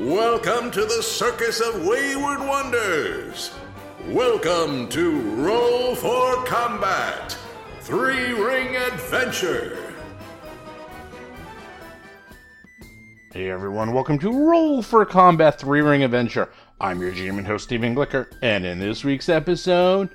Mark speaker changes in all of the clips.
Speaker 1: Welcome to the Circus of Wayward Wonders. Welcome to Roll for Combat Three Ring Adventure.
Speaker 2: Hey everyone, welcome to Roll for Combat 3 Ring Adventure. I'm your GM and host, Steven Glicker, and in this week's episode,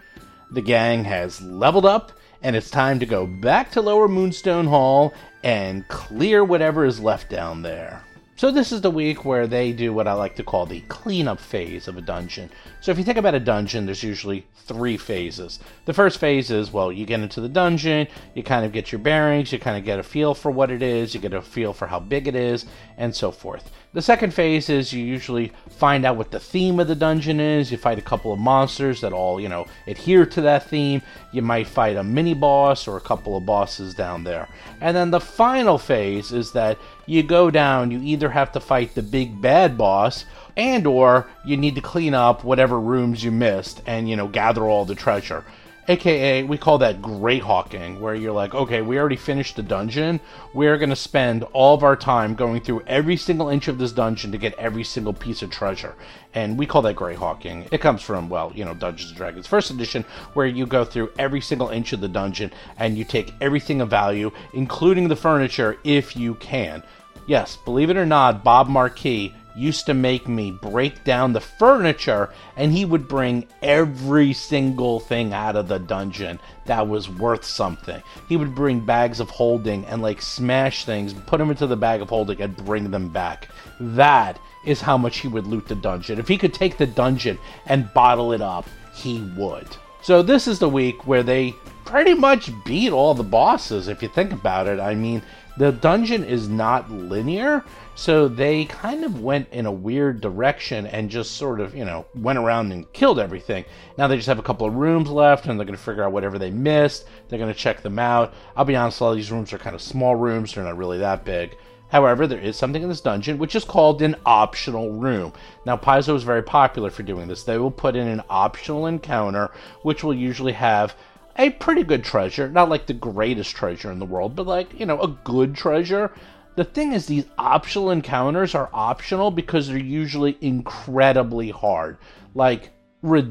Speaker 2: the gang has leveled up, and it's time to go back to Lower Moonstone Hall and clear whatever is left down there. So, this is the week where they do what I like to call the cleanup phase of a dungeon. So, if you think about a dungeon, there's usually three phases. The first phase is well, you get into the dungeon, you kind of get your bearings, you kind of get a feel for what it is, you get a feel for how big it is, and so forth. The second phase is you usually find out what the theme of the dungeon is, you fight a couple of monsters that all, you know, adhere to that theme, you might fight a mini boss or a couple of bosses down there. And then the final phase is that you go down you either have to fight the big bad boss and or you need to clean up whatever rooms you missed and you know gather all the treasure aka we call that great hawking where you're like okay we already finished the dungeon we're going to spend all of our time going through every single inch of this dungeon to get every single piece of treasure and we call that great hawking it comes from well you know dungeons and dragons first edition where you go through every single inch of the dungeon and you take everything of value including the furniture if you can Yes, believe it or not, Bob Marquis used to make me break down the furniture and he would bring every single thing out of the dungeon that was worth something. He would bring bags of holding and like smash things, put them into the bag of holding and bring them back. That is how much he would loot the dungeon. If he could take the dungeon and bottle it up, he would. So this is the week where they pretty much beat all the bosses if you think about it. I mean, the dungeon is not linear, so they kind of went in a weird direction and just sort of, you know, went around and killed everything. Now they just have a couple of rooms left and they're going to figure out whatever they missed. They're going to check them out. I'll be honest, a lot of these rooms are kind of small rooms, they're not really that big. However, there is something in this dungeon which is called an optional room. Now, Paizo is very popular for doing this. They will put in an optional encounter, which will usually have a pretty good treasure, not like the greatest treasure in the world, but like, you know, a good treasure. The thing is, these optional encounters are optional because they're usually incredibly hard. Like,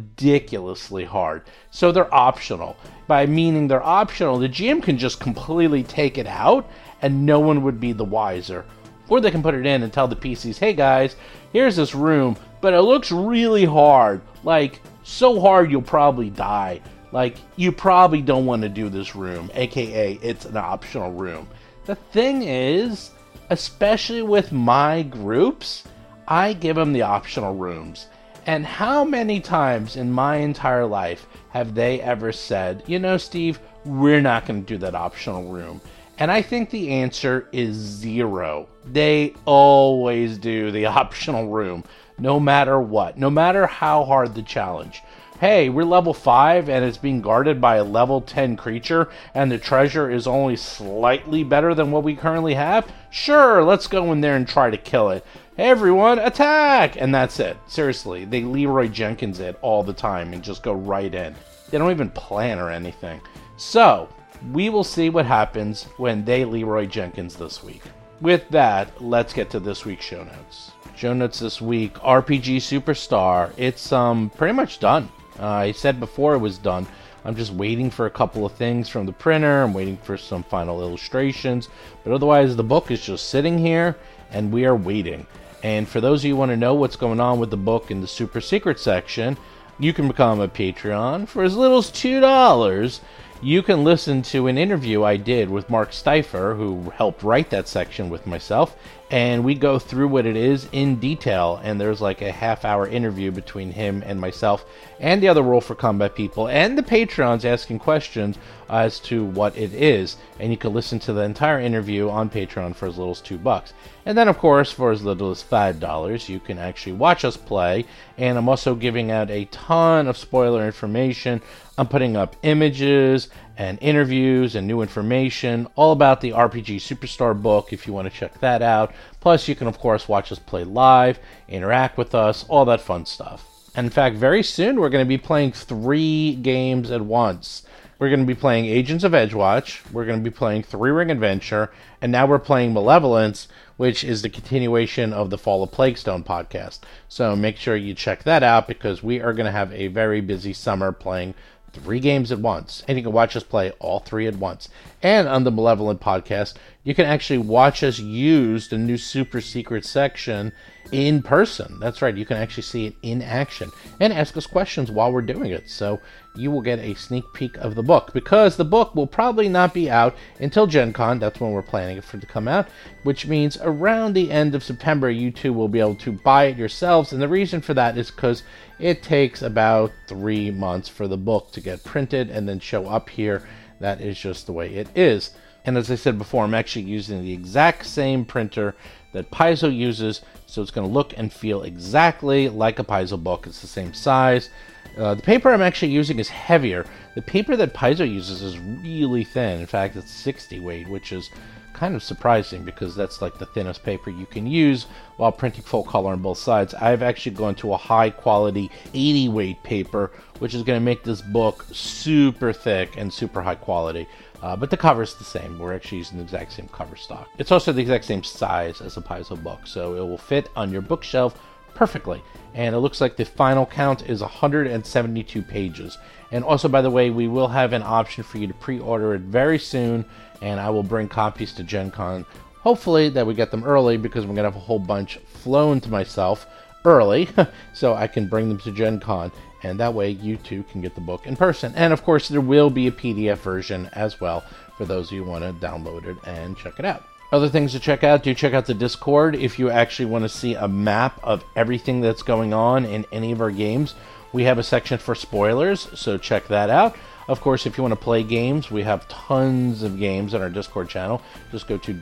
Speaker 2: ridiculously hard. So they're optional. By meaning they're optional, the GM can just completely take it out and no one would be the wiser. Or they can put it in and tell the PCs, hey guys, here's this room, but it looks really hard. Like, so hard you'll probably die. Like, you probably don't want to do this room, aka it's an optional room. The thing is, especially with my groups, I give them the optional rooms. And how many times in my entire life have they ever said, you know, Steve, we're not going to do that optional room? And I think the answer is zero. They always do the optional room, no matter what, no matter how hard the challenge. Hey, we're level 5 and it's being guarded by a level 10 creature, and the treasure is only slightly better than what we currently have? Sure, let's go in there and try to kill it. Hey everyone, attack! And that's it. Seriously, they Leroy Jenkins it all the time and just go right in. They don't even plan or anything. So, we will see what happens when they Leroy Jenkins this week. With that, let's get to this week's show notes. Show notes this week RPG Superstar. It's um pretty much done. Uh, I said before it was done. I'm just waiting for a couple of things from the printer. I'm waiting for some final illustrations. But otherwise, the book is just sitting here and we are waiting. And for those of you who want to know what's going on with the book in the super secret section, you can become a Patreon for as little as $2. You can listen to an interview I did with Mark Steifer, who helped write that section with myself, and we go through what it is in detail. And there's like a half hour interview between him and myself and the other Roll for Combat people and the Patreons asking questions as to what it is. And you can listen to the entire interview on Patreon for as little as two bucks. And then, of course, for as little as five dollars, you can actually watch us play. And I'm also giving out a ton of spoiler information. I'm putting up images and interviews and new information all about the RPG Superstar book if you want to check that out. Plus, you can, of course, watch us play live, interact with us, all that fun stuff. And in fact, very soon we're going to be playing three games at once. We're going to be playing Agents of Edgewatch. We're going to be playing Three Ring Adventure, and now we're playing Malevolence, which is the continuation of the Fall of Plaguestone podcast. So make sure you check that out because we are going to have a very busy summer playing three games at once, and you can watch us play all three at once. And on the Malevolent podcast, you can actually watch us use the new super secret section in person. That's right, you can actually see it in action and ask us questions while we're doing it. So you will get a sneak peek of the book because the book will probably not be out until Gen Con. That's when we're planning it for it to come out, which means around the end of September, you two will be able to buy it yourselves. And the reason for that is because it takes about three months for the book to get printed and then show up here. That is just the way it is. And as I said before, I'm actually using the exact same printer that Paizo uses, so it's going to look and feel exactly like a Paizo book. It's the same size. Uh, the paper I'm actually using is heavier. The paper that Paizo uses is really thin. In fact, it's 60 weight, which is kind of surprising because that's like the thinnest paper you can use while printing full color on both sides. I've actually gone to a high quality 80 weight paper, which is going to make this book super thick and super high quality. Uh, but the cover's the same. We're actually using the exact same cover stock. It's also the exact same size as a Paizo book, so it will fit on your bookshelf perfectly. And it looks like the final count is 172 pages. And also, by the way, we will have an option for you to pre order it very soon, and I will bring copies to Gen Con. Hopefully, that we get them early because I'm going to have a whole bunch flown to myself early so I can bring them to Gen Con. And that way, you too can get the book in person. And of course, there will be a PDF version as well for those of you who want to download it and check it out. Other things to check out, do check out the Discord if you actually want to see a map of everything that's going on in any of our games. We have a section for spoilers, so check that out. Of course, if you want to play games, we have tons of games on our Discord channel. Just go to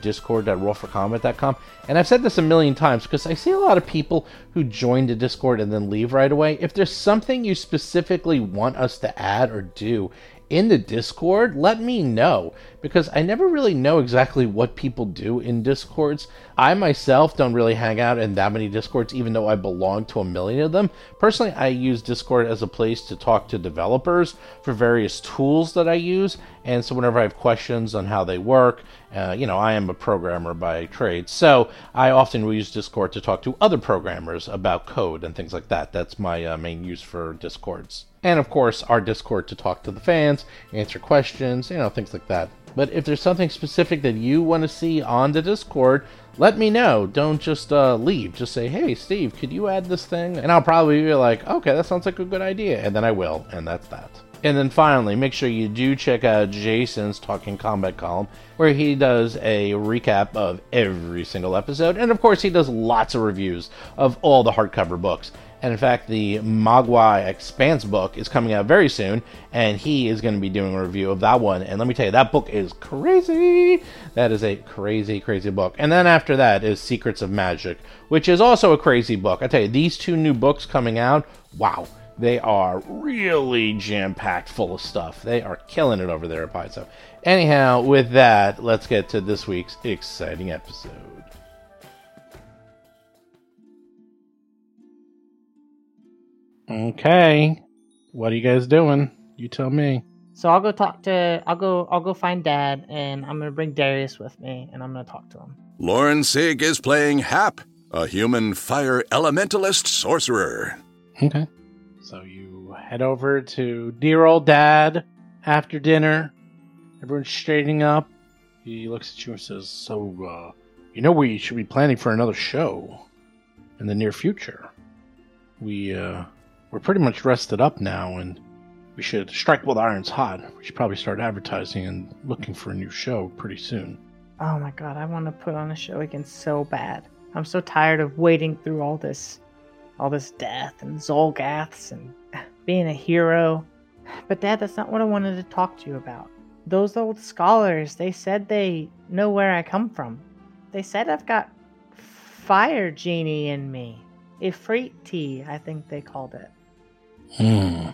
Speaker 2: discord.rollforcombat.com. And I've said this a million times because I see a lot of people who join the Discord and then leave right away. If there's something you specifically want us to add or do in the Discord, let me know because I never really know exactly what people do in Discords. I myself don't really hang out in that many Discords, even though I belong to a million of them. Personally, I use Discord as a place to talk to developers for various tools that I use, and so whenever I have questions on how they work, uh, you know, I am a programmer by trade, so I often will use Discord to talk to other programmers about code and things like that. That's my uh, main use for Discords and of course our Discord to talk to the fans, answer questions, you know, things like that. But if there's something specific that you want to see on the Discord, let me know. Don't just uh, leave. Just say, hey, Steve, could you add this thing? And I'll probably be like, okay, that sounds like a good idea. And then I will. And that's that. And then finally, make sure you do check out Jason's Talking Combat column, where he does a recap of every single episode. And of course, he does lots of reviews of all the hardcover books. And in fact, the Mogwai Expanse book is coming out very soon, and he is going to be doing a review of that one. And let me tell you, that book is crazy. That is a crazy, crazy book. And then after that is Secrets of Magic, which is also a crazy book. I tell you, these two new books coming out, wow. They are really jam packed full of stuff. They are killing it over there at Paizo. Anyhow, with that, let's get to this week's exciting episode. Okay. What are you guys doing? You tell me.
Speaker 3: So I'll go talk to I'll go I'll go find Dad and I'm gonna bring Darius with me and I'm gonna talk to him.
Speaker 1: Lauren Sig is playing Hap, a human fire elementalist sorcerer.
Speaker 2: Okay. So you head over to dear old dad after dinner. Everyone's straightening up. He looks at you and says, So, uh, you know, we should be planning for another show in the near future. We, uh, we're pretty much rested up now and we should strike while the iron's hot. We should probably start advertising and looking for a new show pretty soon.
Speaker 3: Oh my god, I wanna put on a show again so bad. I'm so tired of waiting through all this all this death and Zolgaths and being a hero. But Dad, that's not what I wanted to talk to you about. Those old scholars, they said they know where I come from. They said I've got fire genie in me. Ifriti, I think they called it.
Speaker 2: Hmm.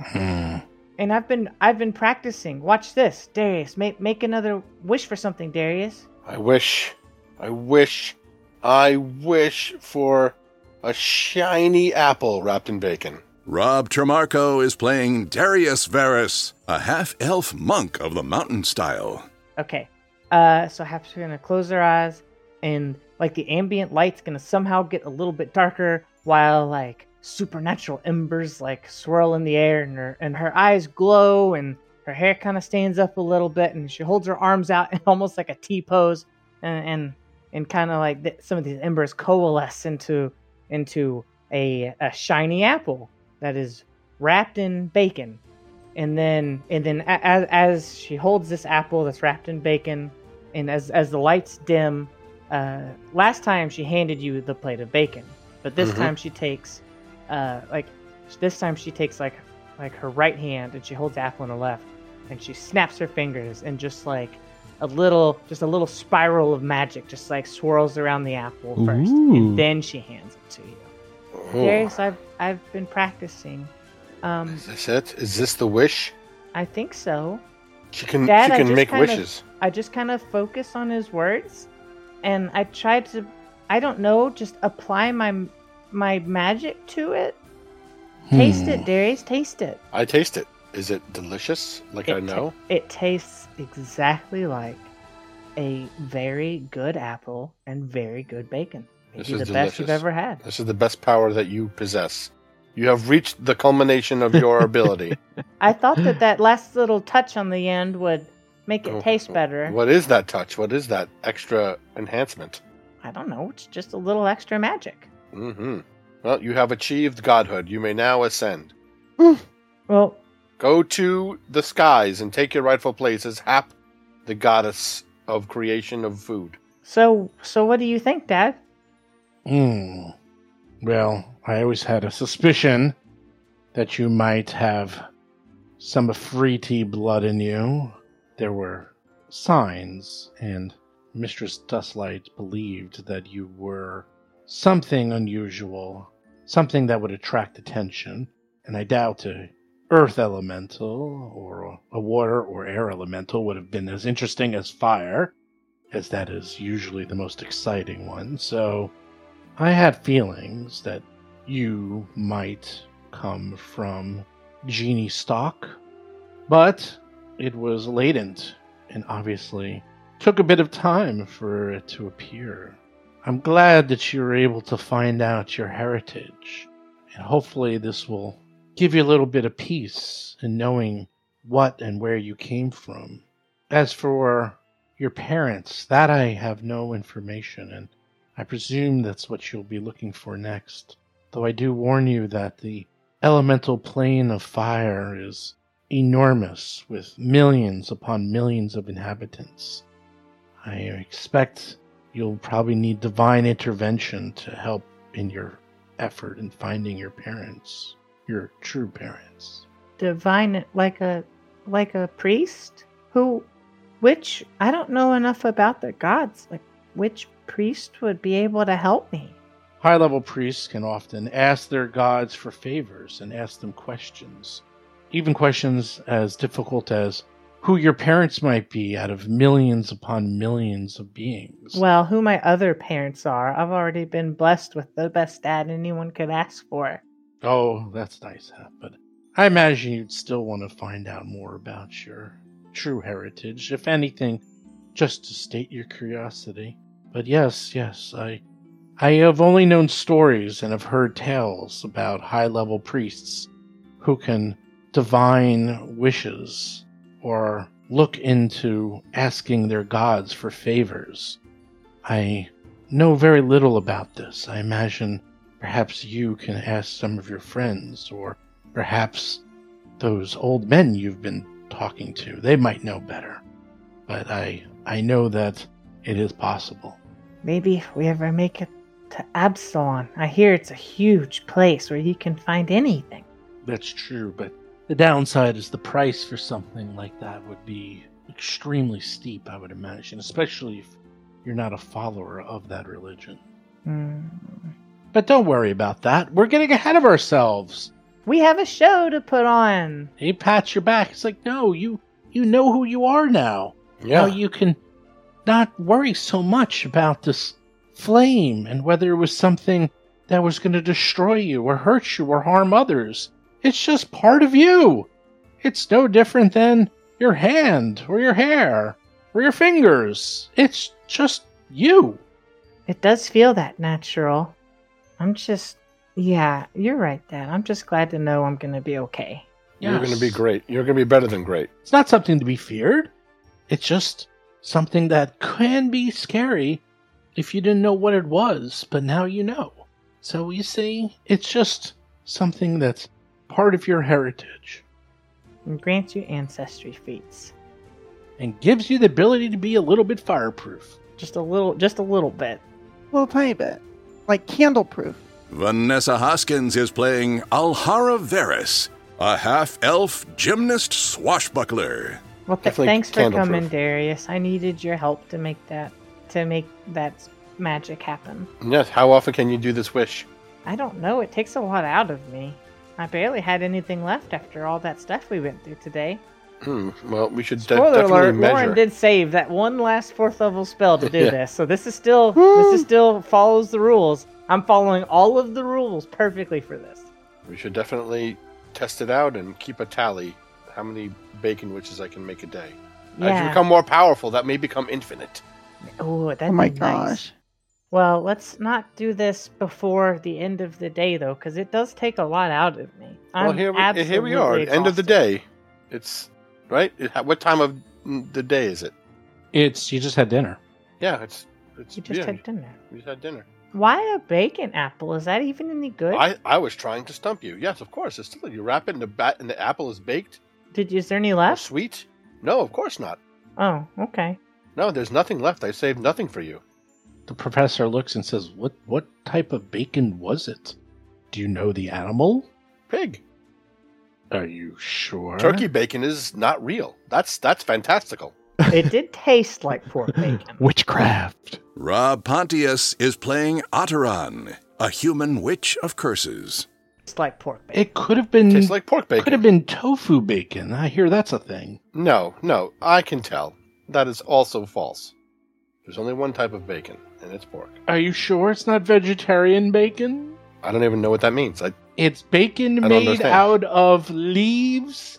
Speaker 2: Hmm.
Speaker 3: And I've been I've been practicing. Watch this, Darius. Make make another wish for something, Darius.
Speaker 4: I wish, I wish, I wish for a shiny apple wrapped in bacon.
Speaker 1: Rob Tremarco is playing Darius Varus, a half elf monk of the mountain style.
Speaker 3: Okay. Uh, so Haps are gonna close their eyes, and like the ambient light's gonna somehow get a little bit darker, while like supernatural embers like swirl in the air, and her and her eyes glow, and her hair kind of stands up a little bit, and she holds her arms out in almost like a T pose, and and, and kind of like th- some of these embers coalesce into into a, a shiny apple that is wrapped in bacon and then and then a- as, as she holds this apple that's wrapped in bacon and as as the lights dim uh, last time she handed you the plate of bacon but this
Speaker 2: Mhm.
Speaker 3: time she takes uh, like this time she takes like like her right hand and she holds the apple in her left and she snaps her fingers and just like a little just a little spiral of magic just like swirls around the apple first
Speaker 2: Ooh.
Speaker 3: and then she hands it to you
Speaker 4: Oh,
Speaker 3: Darius, I've I've been practicing. Um,
Speaker 4: Is this it? Is this the wish?
Speaker 3: I think so.
Speaker 4: She can.
Speaker 3: Dad, I
Speaker 4: she can
Speaker 3: just
Speaker 4: make
Speaker 3: kind of-
Speaker 4: wishes.
Speaker 3: I just kind of focus on his words, and I tried to, I don't know, just apply my my magic to it. Taste it, Darius. Taste it.
Speaker 4: I taste it. Is it delicious? Like I
Speaker 3: It ta-
Speaker 4: know.
Speaker 3: it tastes exactly like a very good apple and very good bacon.
Speaker 4: This
Speaker 3: Maybe the
Speaker 4: is
Speaker 3: best you've
Speaker 4: delicious.
Speaker 3: ever had.
Speaker 4: This is the best power that you possess. You have reached the culmination of your ability.
Speaker 3: I thought that that last little touch on the end would make it
Speaker 4: Oh,
Speaker 3: taste better.
Speaker 4: What is that touch? What is that extra enhancement?
Speaker 3: I don't know. It's just a little extra magic.
Speaker 4: Mm-hmm. Well, you have achieved godhood. You may now ascend.
Speaker 3: Well,
Speaker 4: Go to the skies and take your rightful place as Hap, the goddess of creation of food.
Speaker 3: so so what do you think, Dad?
Speaker 2: Hmm. Well, I always had a suspicion that you might have some Afriti blood in you. There were signs, and Mistress Dustlight believed that you were something unusual, something that would attract attention. And I doubt a earth elemental or a water or air elemental would have been as interesting as fire, as that is usually the most exciting one. So. I had feelings that you might come from genie stock, but it was latent and obviously took a bit of time for it to appear. I'm glad that you were able to find out your heritage, and hopefully, this will give you a little bit of peace in knowing what and where you came from. As for your parents, that I have no information, and I presume that's what you'll be looking for next. Though I do warn you that the elemental plane of fire is enormous, with millions upon millions of inhabitants. I expect you'll probably need divine intervention to help in your effort in finding your parents, your true parents.
Speaker 3: Divine like a like a priest? Who which I don't know enough about the gods. Like which priest would be able to help me?
Speaker 2: High level priests can often ask their gods for favors and ask them questions, even questions as difficult as who your parents might be out of millions upon millions of beings.
Speaker 3: Well, who my other parents are. I've already been blessed with the best dad anyone could ask for.
Speaker 2: oh, that's nice, huh? but I imagine you'd still want to find out more about your true heritage, if anything, just to state your curiosity. But yes, yes, I I have only known stories and have heard tales about high level priests who can divine wishes or look into asking their gods for favors. I know very little about this. I imagine perhaps you can ask some of your friends or perhaps those old men you've been talking to. They might know better. But I I know that it is possible.
Speaker 3: Maybe if we ever make it to Absalon. I hear it's a huge place where you can find anything.
Speaker 2: That's true, but the downside is the price for something like that would be extremely steep, I would imagine, especially if you're not a follower of that religion.
Speaker 3: Hmm.
Speaker 2: But don't worry about that. We're getting ahead of ourselves.
Speaker 3: We have a show to put on.
Speaker 2: He pats your back. It's like, no, you you know who you are now.
Speaker 3: Oh,
Speaker 4: Yeah.
Speaker 2: Now you can not worry so much about this flame and whether it was something that was going to destroy you or hurt you or harm others. It's just part of you. It's no different than your hand or your hair or your fingers. It's just you.
Speaker 3: It does feel that natural. I'm just, yeah, you're right, Dad. I'm just glad to know I'm going to be okay.
Speaker 4: You're going to be great. You're going to be better than great.
Speaker 2: It's not something to be feared. It's just something that can be scary if you didn't know what it was, but now you know. So you see, it's just something that's part of your heritage
Speaker 3: And grants you ancestry feats.
Speaker 2: and gives you the ability to be a little bit fireproof.
Speaker 3: Just a little, just a little bit.
Speaker 5: little tiny bit, like candle proof.
Speaker 1: Vanessa Hoskins is playing Alhara Veris, a half elf gymnast swashbuckler.
Speaker 3: Well, th-
Speaker 4: Definitely
Speaker 3: thanks for
Speaker 4: candle-proof.
Speaker 3: coming, Darius. I needed your help to make that, to make that magic happen.
Speaker 4: Yes, how often can you do this wish?
Speaker 3: I don't know. It takes a lot out of me. I barely had anything left after all that stuff we went through today.
Speaker 4: Hmm. Well, we should de-
Speaker 3: Spoiler
Speaker 4: definitely
Speaker 3: alert:
Speaker 4: measure.
Speaker 3: Lauren did save that one last fourth level spell to do
Speaker 4: Yeah.
Speaker 3: this, so this is still this is still follows the rules. I'm following all of the rules perfectly for this.
Speaker 4: We should definitely test it out and keep a tally. How many bacon witches I can make a day? As you
Speaker 3: Yeah.
Speaker 4: become more powerful, that may become infinite.
Speaker 3: Oh, that'd
Speaker 5: oh my
Speaker 3: be nice.
Speaker 5: gosh.
Speaker 3: Well, let's not do this before the end of the day, though, because it does take a lot out of me. I'm
Speaker 4: well, here we,
Speaker 3: absolutely
Speaker 4: here we are. End of the
Speaker 3: exhausted.
Speaker 4: day. It's right. It- what time of the day is it?
Speaker 2: It's you just had dinner.
Speaker 4: Yeah, it's it's.
Speaker 3: You just
Speaker 4: yeah,
Speaker 3: had dinner.
Speaker 4: we just had dinner.
Speaker 3: Why a bacon apple? Is that even any good?
Speaker 4: I, I was trying to stump you. Yes, of course. It's still you wrap it in the bat, and the apple is baked.
Speaker 3: Did you, is there any
Speaker 4: or
Speaker 3: left?
Speaker 4: sweet? No, of course not.
Speaker 3: Oh, okay.
Speaker 4: No, there's nothing left. I saved nothing for you.
Speaker 2: The professor looks and says, "What what type of bacon was it? Do you know the animal?
Speaker 4: Pig.
Speaker 2: Are you sure?"
Speaker 4: Turkey bacon is not real. That's that's fantastical.
Speaker 3: It did taste like pork bacon.
Speaker 2: Witchcraft.
Speaker 1: Rob Pontius is playing Otteron, a human witch of curses.
Speaker 3: It's like pork bacon.
Speaker 2: It could have been
Speaker 3: Mm.
Speaker 4: Tastes like pork bacon.
Speaker 2: could have been tofu bacon. I hear that's a thing.
Speaker 4: No, no, I can tell. That is also false. There's only one type of bacon, and it's pork.
Speaker 2: Are you sure it's not vegetarian bacon?
Speaker 4: I don't even know what that means. I
Speaker 2: It's bacon
Speaker 4: I don't
Speaker 2: made
Speaker 4: understand.
Speaker 2: out of leaves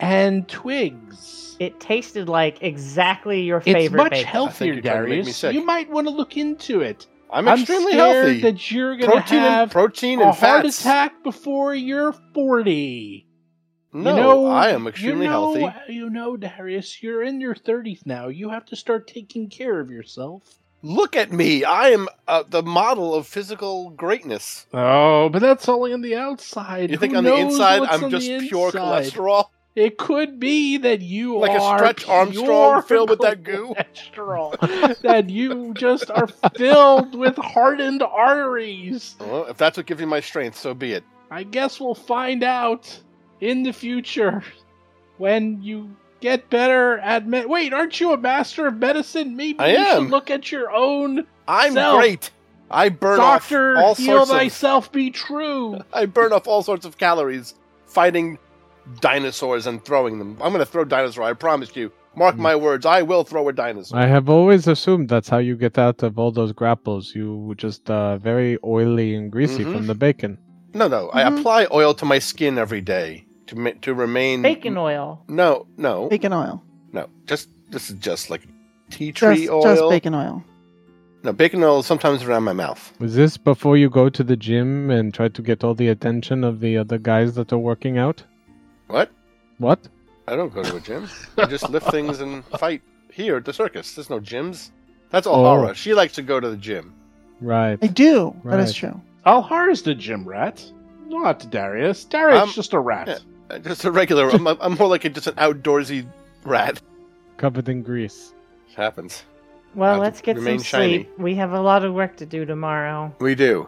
Speaker 2: and twigs.
Speaker 3: It tasted like exactly your
Speaker 2: It's
Speaker 3: favorite
Speaker 2: much
Speaker 3: bacon.
Speaker 4: think
Speaker 2: healthier,
Speaker 4: you're trying to make me
Speaker 2: Darius.
Speaker 4: sick.
Speaker 2: You might want to look into it.
Speaker 4: I'm, extremely
Speaker 2: scared
Speaker 4: healthy.
Speaker 2: that you're going to
Speaker 4: protein and
Speaker 2: have
Speaker 4: protein
Speaker 2: a
Speaker 4: and
Speaker 2: heart
Speaker 4: fats.
Speaker 2: attack before you're 40.
Speaker 4: No,
Speaker 2: you know,
Speaker 4: I am
Speaker 2: you
Speaker 4: extremely
Speaker 2: know-
Speaker 4: healthy.
Speaker 2: You know, Darius, you're in your 30s now. You have to start taking care of yourself.
Speaker 4: Look at me. I am uh, the model of physical greatness.
Speaker 2: Oh, but that's only on the outside.
Speaker 4: You think
Speaker 2: Who
Speaker 4: on the
Speaker 2: knows
Speaker 4: inside
Speaker 2: what's
Speaker 4: I'm
Speaker 2: on
Speaker 4: just
Speaker 2: the
Speaker 4: pure
Speaker 2: inside?
Speaker 4: cholesterol?
Speaker 2: It could be that you
Speaker 4: Like a
Speaker 2: are
Speaker 4: Stretch Armstrong
Speaker 2: pure
Speaker 4: filled with that goo?
Speaker 2: cholesterol. that you just are filled with hardened arteries.
Speaker 4: Well, if that's what gives me my strength, so be it.
Speaker 2: I guess we'll find out in the future when you get better at med. Wait, aren't you a master of medicine? Maybe
Speaker 4: I
Speaker 2: you
Speaker 4: am.
Speaker 2: should look at your own
Speaker 4: I'm
Speaker 2: Self.
Speaker 4: great. I burn
Speaker 2: doctor.
Speaker 4: off all
Speaker 2: heal
Speaker 4: sorts of
Speaker 2: thyself. Be true.
Speaker 4: I burn off all sorts of calories fighting dinosaurs and throwing them. I'm going to throw dinosaur. I promise you. Mark my words. I will throw a dinosaur.
Speaker 6: I have always assumed that's how you get out of all those grapples. You just uh, very oily and greasy
Speaker 4: Mhm.
Speaker 2: Mm-hmm.
Speaker 6: from the bacon.
Speaker 4: No, no. I
Speaker 5: Mhm.
Speaker 4: apply oil to my skin every day to ma- to remain
Speaker 3: Bacon oil.
Speaker 4: No, no,
Speaker 5: Bacon oil.
Speaker 4: no. Just this is just like tea tree
Speaker 5: Just,
Speaker 4: oil.
Speaker 5: just bacon oil.
Speaker 4: No, bacon oil is sometimes around my mouth.
Speaker 6: Was this before you go to the gym and try to get all the attention of the other guys that are working out?
Speaker 4: What?
Speaker 6: What?
Speaker 4: I don't go to a gym. I just lift things and fight here at the circus. There's no gyms. That's Alhara.
Speaker 6: Oh.
Speaker 4: She likes to go to the gym.
Speaker 6: Right.
Speaker 5: I do. That is
Speaker 6: Right.
Speaker 5: true.
Speaker 2: Alhar is the gym rat, not Darius. Darius
Speaker 4: Um,
Speaker 2: is just a rat.
Speaker 4: yeah. Uh, Just a regular. I'm, I'm more like a, just an outdoorsy rat.
Speaker 6: Covered in grease.
Speaker 4: Happens.
Speaker 3: Well,
Speaker 4: Have to
Speaker 3: let's get some
Speaker 4: remain shiny.
Speaker 3: sleep. We have a lot of work to do tomorrow.
Speaker 4: We do.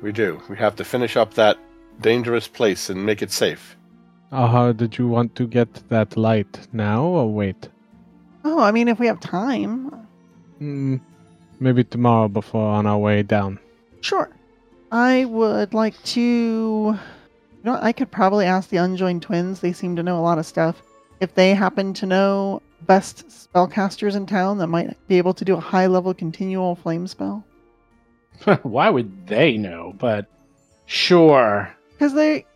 Speaker 4: We do. We have to finish up that dangerous place and make it safe.
Speaker 6: Uh, how did you want to get that light now or wait?
Speaker 5: Oh, I mean, if we have time,
Speaker 6: Hmm. maybe tomorrow before on our way down.
Speaker 5: sure. I would like to. You know, what, I could probably ask the Unjoined Twins. They seem to know a lot of stuff. If they happen to know best spellcasters in town that might be able to do a high level continual flame spell,
Speaker 2: Why would they know? But sure.
Speaker 5: Because they,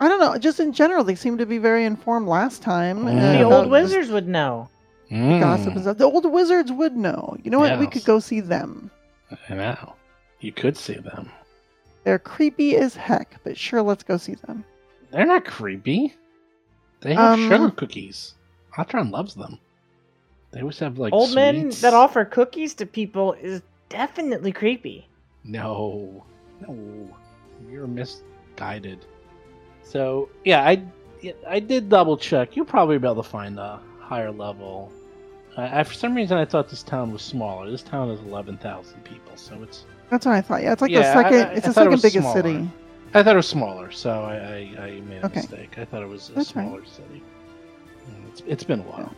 Speaker 5: I don't know, just in general, they seem to be very informed last time. uh,
Speaker 2: Yeah,
Speaker 3: the
Speaker 5: about
Speaker 3: old
Speaker 2: but-
Speaker 3: wizards would know.
Speaker 2: Mm.
Speaker 5: Gossip and stuff. The old wizards would know. You know what? We
Speaker 2: Yes.
Speaker 5: could go see them.
Speaker 2: I know. You could see them.
Speaker 5: They're creepy as heck, but sure, let's go see them.
Speaker 2: They're not creepy. They have
Speaker 5: Um,
Speaker 2: sugar cookies. Atron loves them. They always have like
Speaker 3: old men
Speaker 2: sweets.
Speaker 3: that offer cookies to people is definitely creepy.
Speaker 2: No, no, you're misguided. So yeah, I yeah, I did double check. You're probably able to find a higher level. I, I, for some reason, I thought this town was smaller. This town is eleven thousand people, so it's.
Speaker 5: That's what I thought. Yeah, it's like
Speaker 2: Yeah, I-
Speaker 5: the second.
Speaker 2: I- I
Speaker 5: it's the
Speaker 2: thought it
Speaker 5: second
Speaker 2: was
Speaker 5: biggest
Speaker 2: smaller.
Speaker 5: city.
Speaker 2: I thought it was smaller, so I, I, I made a
Speaker 5: Okay.
Speaker 2: mistake. I thought it was a
Speaker 5: That's fine.
Speaker 2: smaller city. Mm, It's, it's been a while.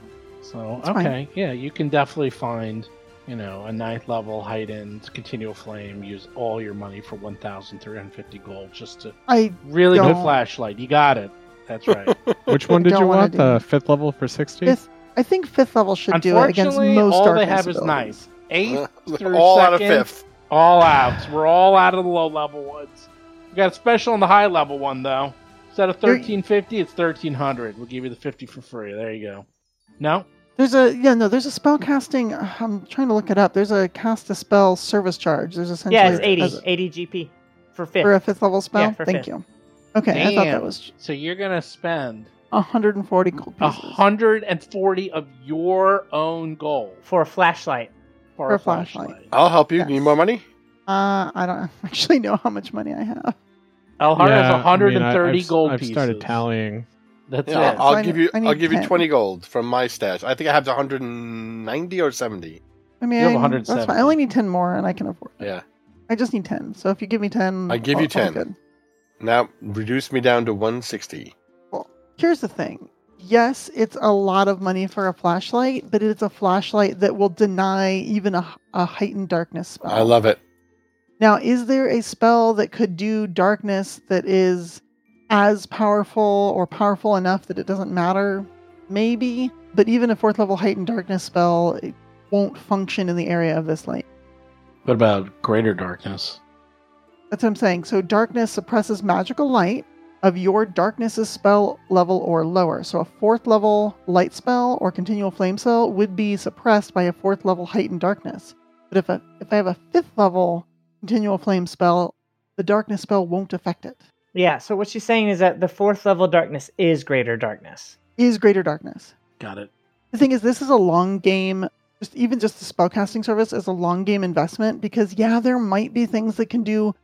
Speaker 2: So,
Speaker 5: It's
Speaker 2: okay,
Speaker 5: fine.
Speaker 2: yeah, you can definitely find, you know, a ninth level height end continual flame. Use all your money for 1,350 gold just to
Speaker 5: I
Speaker 2: really good
Speaker 5: Don't.
Speaker 2: flashlight. You got it. That's right.
Speaker 6: Which one did
Speaker 5: Don't
Speaker 6: you
Speaker 5: wanna
Speaker 6: want?
Speaker 5: do
Speaker 6: The fifth level for 60?
Speaker 5: Fifth. I think fifth level should do it against
Speaker 2: Unfortunately,
Speaker 5: most
Speaker 2: all
Speaker 5: dark
Speaker 2: they have is
Speaker 5: possibilities.
Speaker 2: ninth. Eighth, through
Speaker 4: all out of
Speaker 2: second.
Speaker 4: fifth.
Speaker 2: all out. We're all out of the low level ones. We got a special on the high level one though. Instead of
Speaker 5: You're-
Speaker 2: thirteen fifty, it's thirteen hundred. We'll give you the fifty for free. There you go. No,
Speaker 5: There's a yeah no. There's a spell casting. I'm trying to look it up. There's a cast a spell service charge. There's essentially
Speaker 3: Yeah, it's
Speaker 5: as-
Speaker 3: 80, 80 GP for fifth.
Speaker 5: for a fifth level spell.
Speaker 3: for
Speaker 5: Thank
Speaker 3: fifth.
Speaker 5: you. Okay, I thought
Speaker 2: Damn.
Speaker 5: that was
Speaker 2: so you're gonna spend
Speaker 5: 140 gold
Speaker 2: a
Speaker 5: pieces.
Speaker 2: hundred and forty of your own gold
Speaker 3: for a flashlight.
Speaker 2: for,
Speaker 5: For
Speaker 2: a
Speaker 5: a flashlight.
Speaker 2: flashlight.
Speaker 4: I'll help you.
Speaker 5: Yes.
Speaker 4: Need more money?
Speaker 5: Uh, I don't actually know how much money I have.
Speaker 2: Elhard
Speaker 6: Yeah, I
Speaker 2: has
Speaker 6: mean,
Speaker 2: hundred and
Speaker 6: I-
Speaker 2: thirty
Speaker 6: I've-
Speaker 2: gold
Speaker 6: I've
Speaker 2: pieces.
Speaker 6: started tallying.
Speaker 2: That's
Speaker 4: Yeah,
Speaker 2: it.
Speaker 5: Yeah,
Speaker 4: I'll
Speaker 5: so I
Speaker 4: give
Speaker 5: need-
Speaker 4: you.
Speaker 5: I need
Speaker 4: I'll give you
Speaker 5: 10.
Speaker 4: twenty gold from my stash. I think I have one hundred and ninety or seventy.
Speaker 5: I mean,
Speaker 2: You have
Speaker 5: I-
Speaker 2: 170.
Speaker 5: That's fine. I only need 10 more, and I can afford. it.
Speaker 4: Yeah.
Speaker 5: I just need 10. So if you give me 10,
Speaker 4: I give
Speaker 5: all-
Speaker 4: you
Speaker 5: all
Speaker 4: 10.
Speaker 5: good.
Speaker 4: Now reduce me down to one sixty.
Speaker 5: Here's the thing. Yes, it's a lot of money for a flashlight, but it's a flashlight that will deny even a, a heightened darkness spell.
Speaker 4: I love it.
Speaker 5: Now, is there a spell that could do darkness that is as powerful or powerful enough that it doesn't matter? Maybe, but even a fourth level heightened darkness spell it won't function in the area of this light.
Speaker 2: What about greater darkness?
Speaker 5: That's what I'm saying. So, darkness suppresses magical light of your darkness's spell level or lower. So, a fourth level light spell or continual flame spell would be suppressed by a fourth level heightened darkness. But if, a, if I have a fifth level continual flame spell, the darkness spell won't affect it.
Speaker 3: Yeah, so what she's saying is that the fourth level darkness is greater darkness.
Speaker 5: Is greater darkness.
Speaker 2: Got it.
Speaker 5: The thing is, this is a long game. Just even just the spellcasting service is a long game investment because yeah, there might be things that can do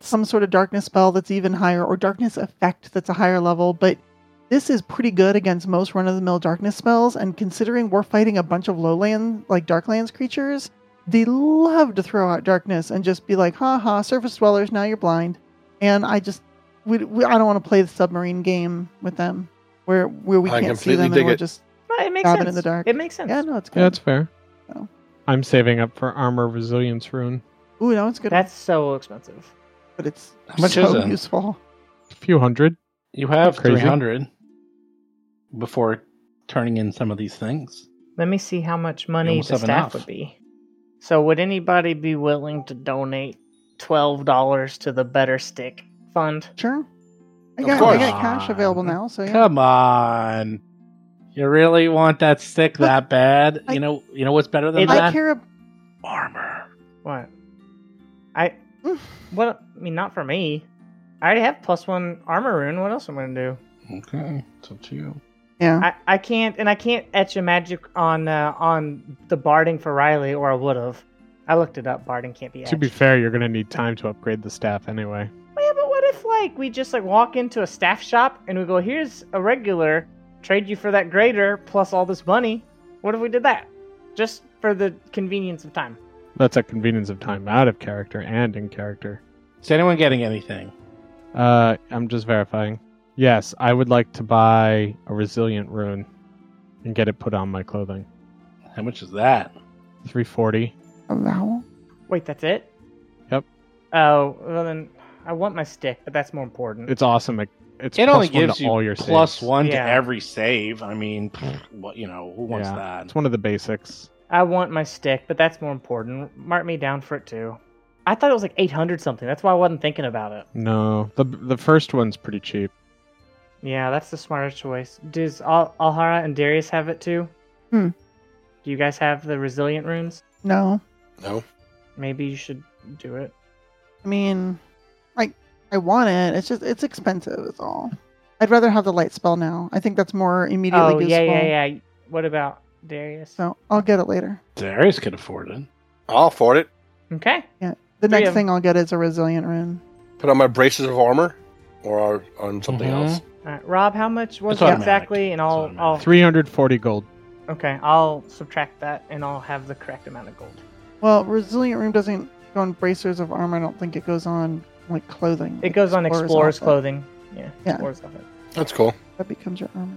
Speaker 5: some sort of darkness spell that's even higher or darkness effect that's a higher level, but this is pretty good against most run-of-the-mill darkness spells. And considering we're fighting a bunch of lowland like darklands creatures, they love to throw out darkness and just be like, "Ha ha, surface dwellers, now you're blind." And I just, we, we, I don't want to play the submarine game with them, where where we
Speaker 4: I
Speaker 5: can't
Speaker 4: completely
Speaker 5: see them
Speaker 4: dig
Speaker 5: and we're
Speaker 4: it.
Speaker 5: just
Speaker 3: But it makes
Speaker 5: Cabin
Speaker 3: sense.
Speaker 5: in the dark.
Speaker 3: It makes sense.
Speaker 5: yeah, no, it's good.
Speaker 6: Yeah, that's fair.
Speaker 5: Oh.
Speaker 6: I'm saving up for armor resilience rune.
Speaker 5: Ooh, no, it's good.
Speaker 3: That's so expensive.
Speaker 5: but it's
Speaker 2: How much
Speaker 5: so
Speaker 2: is it?
Speaker 5: useful.
Speaker 6: A few hundred.
Speaker 2: You have
Speaker 6: Crazy.
Speaker 2: three hundred before turning in some of these things.
Speaker 3: Let me see how much money
Speaker 2: almost
Speaker 3: the
Speaker 2: have enough.
Speaker 3: staff would be. So, would anybody be willing to donate twelve dollars to the Better Stick Fund?
Speaker 5: Sure. I
Speaker 4: Of
Speaker 5: got, I
Speaker 4: course.
Speaker 5: got cash available now, so Oh, yeah.
Speaker 2: Come on. You really want that stick
Speaker 5: But-
Speaker 2: that bad?
Speaker 5: I-
Speaker 2: you know you know what's better than
Speaker 3: It-
Speaker 5: I
Speaker 2: that?
Speaker 5: care. ab-
Speaker 2: Armor.
Speaker 3: What? I
Speaker 5: Mm.
Speaker 3: what? I mean, not for me. I already have plus one armor rune. What else am I gonna do?
Speaker 2: Okay. It's up to you.
Speaker 5: Yeah,
Speaker 3: I, I can't, and I can't etch a magic on uh, on the barding for Riley, or I would have. I looked it up. Barding can't be etched.
Speaker 6: To be fair, you're gonna need time to upgrade the staff anyway.
Speaker 3: Yeah, but what if like we just like walk into a staff shop and we go, here's a regular, trade you for that grader plus all this money. What if we did that? Just for the convenience of time.
Speaker 6: That's a convenience of time out of character and in character.
Speaker 2: Is anyone getting anything?
Speaker 6: Uh, I'm just verifying. Yes, I would like to buy a resilient rune and get it put on my clothing.
Speaker 2: How much is that?
Speaker 6: 340.
Speaker 5: a vowel.
Speaker 3: Wait, that's it?
Speaker 6: Yep.
Speaker 3: Oh, well then I want my stick, but that's more important.
Speaker 6: It's awesome. It, it's
Speaker 2: it
Speaker 6: plus
Speaker 2: only
Speaker 6: one
Speaker 2: gives
Speaker 6: to
Speaker 2: you
Speaker 6: all your
Speaker 2: plus
Speaker 6: saves.
Speaker 2: one
Speaker 3: Yeah.
Speaker 2: to every save. I mean, pfft, what you know, who wants
Speaker 6: Yeah.
Speaker 2: that?
Speaker 6: It's one of the basics.
Speaker 3: I want my stick, but that's more important. Mark me down for it too. I thought it was like 800 something. That's why I wasn't thinking about it.
Speaker 6: No, the the first one's pretty cheap.
Speaker 3: Yeah, that's the smarter choice. Does Al- Alhara and Darius have it too?
Speaker 5: Hmm.
Speaker 3: Do you guys have the resilient runes?
Speaker 5: No,
Speaker 4: No.
Speaker 3: Maybe you should do it.
Speaker 5: I mean, I I want it. It's just it's expensive. Is all. I'd rather have the light spell now. I think that's more immediately
Speaker 3: oh,
Speaker 5: useful.
Speaker 3: yeah, yeah, yeah. What about Darius?
Speaker 5: So I'll get it later.
Speaker 2: Darius could afford it.
Speaker 4: I'll afford it.
Speaker 3: Okay.
Speaker 5: The
Speaker 3: Three
Speaker 5: next
Speaker 3: of 'em.
Speaker 5: thing I'll get is a resilient rune.
Speaker 4: Put on my braces of armor, or on something
Speaker 2: Mhm.
Speaker 4: else.
Speaker 3: All right, Rob, how much was
Speaker 2: It's
Speaker 3: it
Speaker 2: automatic.
Speaker 3: exactly? And
Speaker 2: It's
Speaker 3: I'll,
Speaker 2: automatic.
Speaker 3: I'll
Speaker 6: Three hundred forty gold.
Speaker 3: okay, I'll subtract that and I'll have the correct amount of gold.
Speaker 5: Well, resilient rune doesn't go on bracers of armor. I don't think it goes on like clothing.
Speaker 3: It goes on explorer's
Speaker 5: outfit.
Speaker 3: clothing. Yeah,
Speaker 5: Yeah.
Speaker 3: explorer's outfit.
Speaker 4: That's cool.
Speaker 5: That becomes your armor.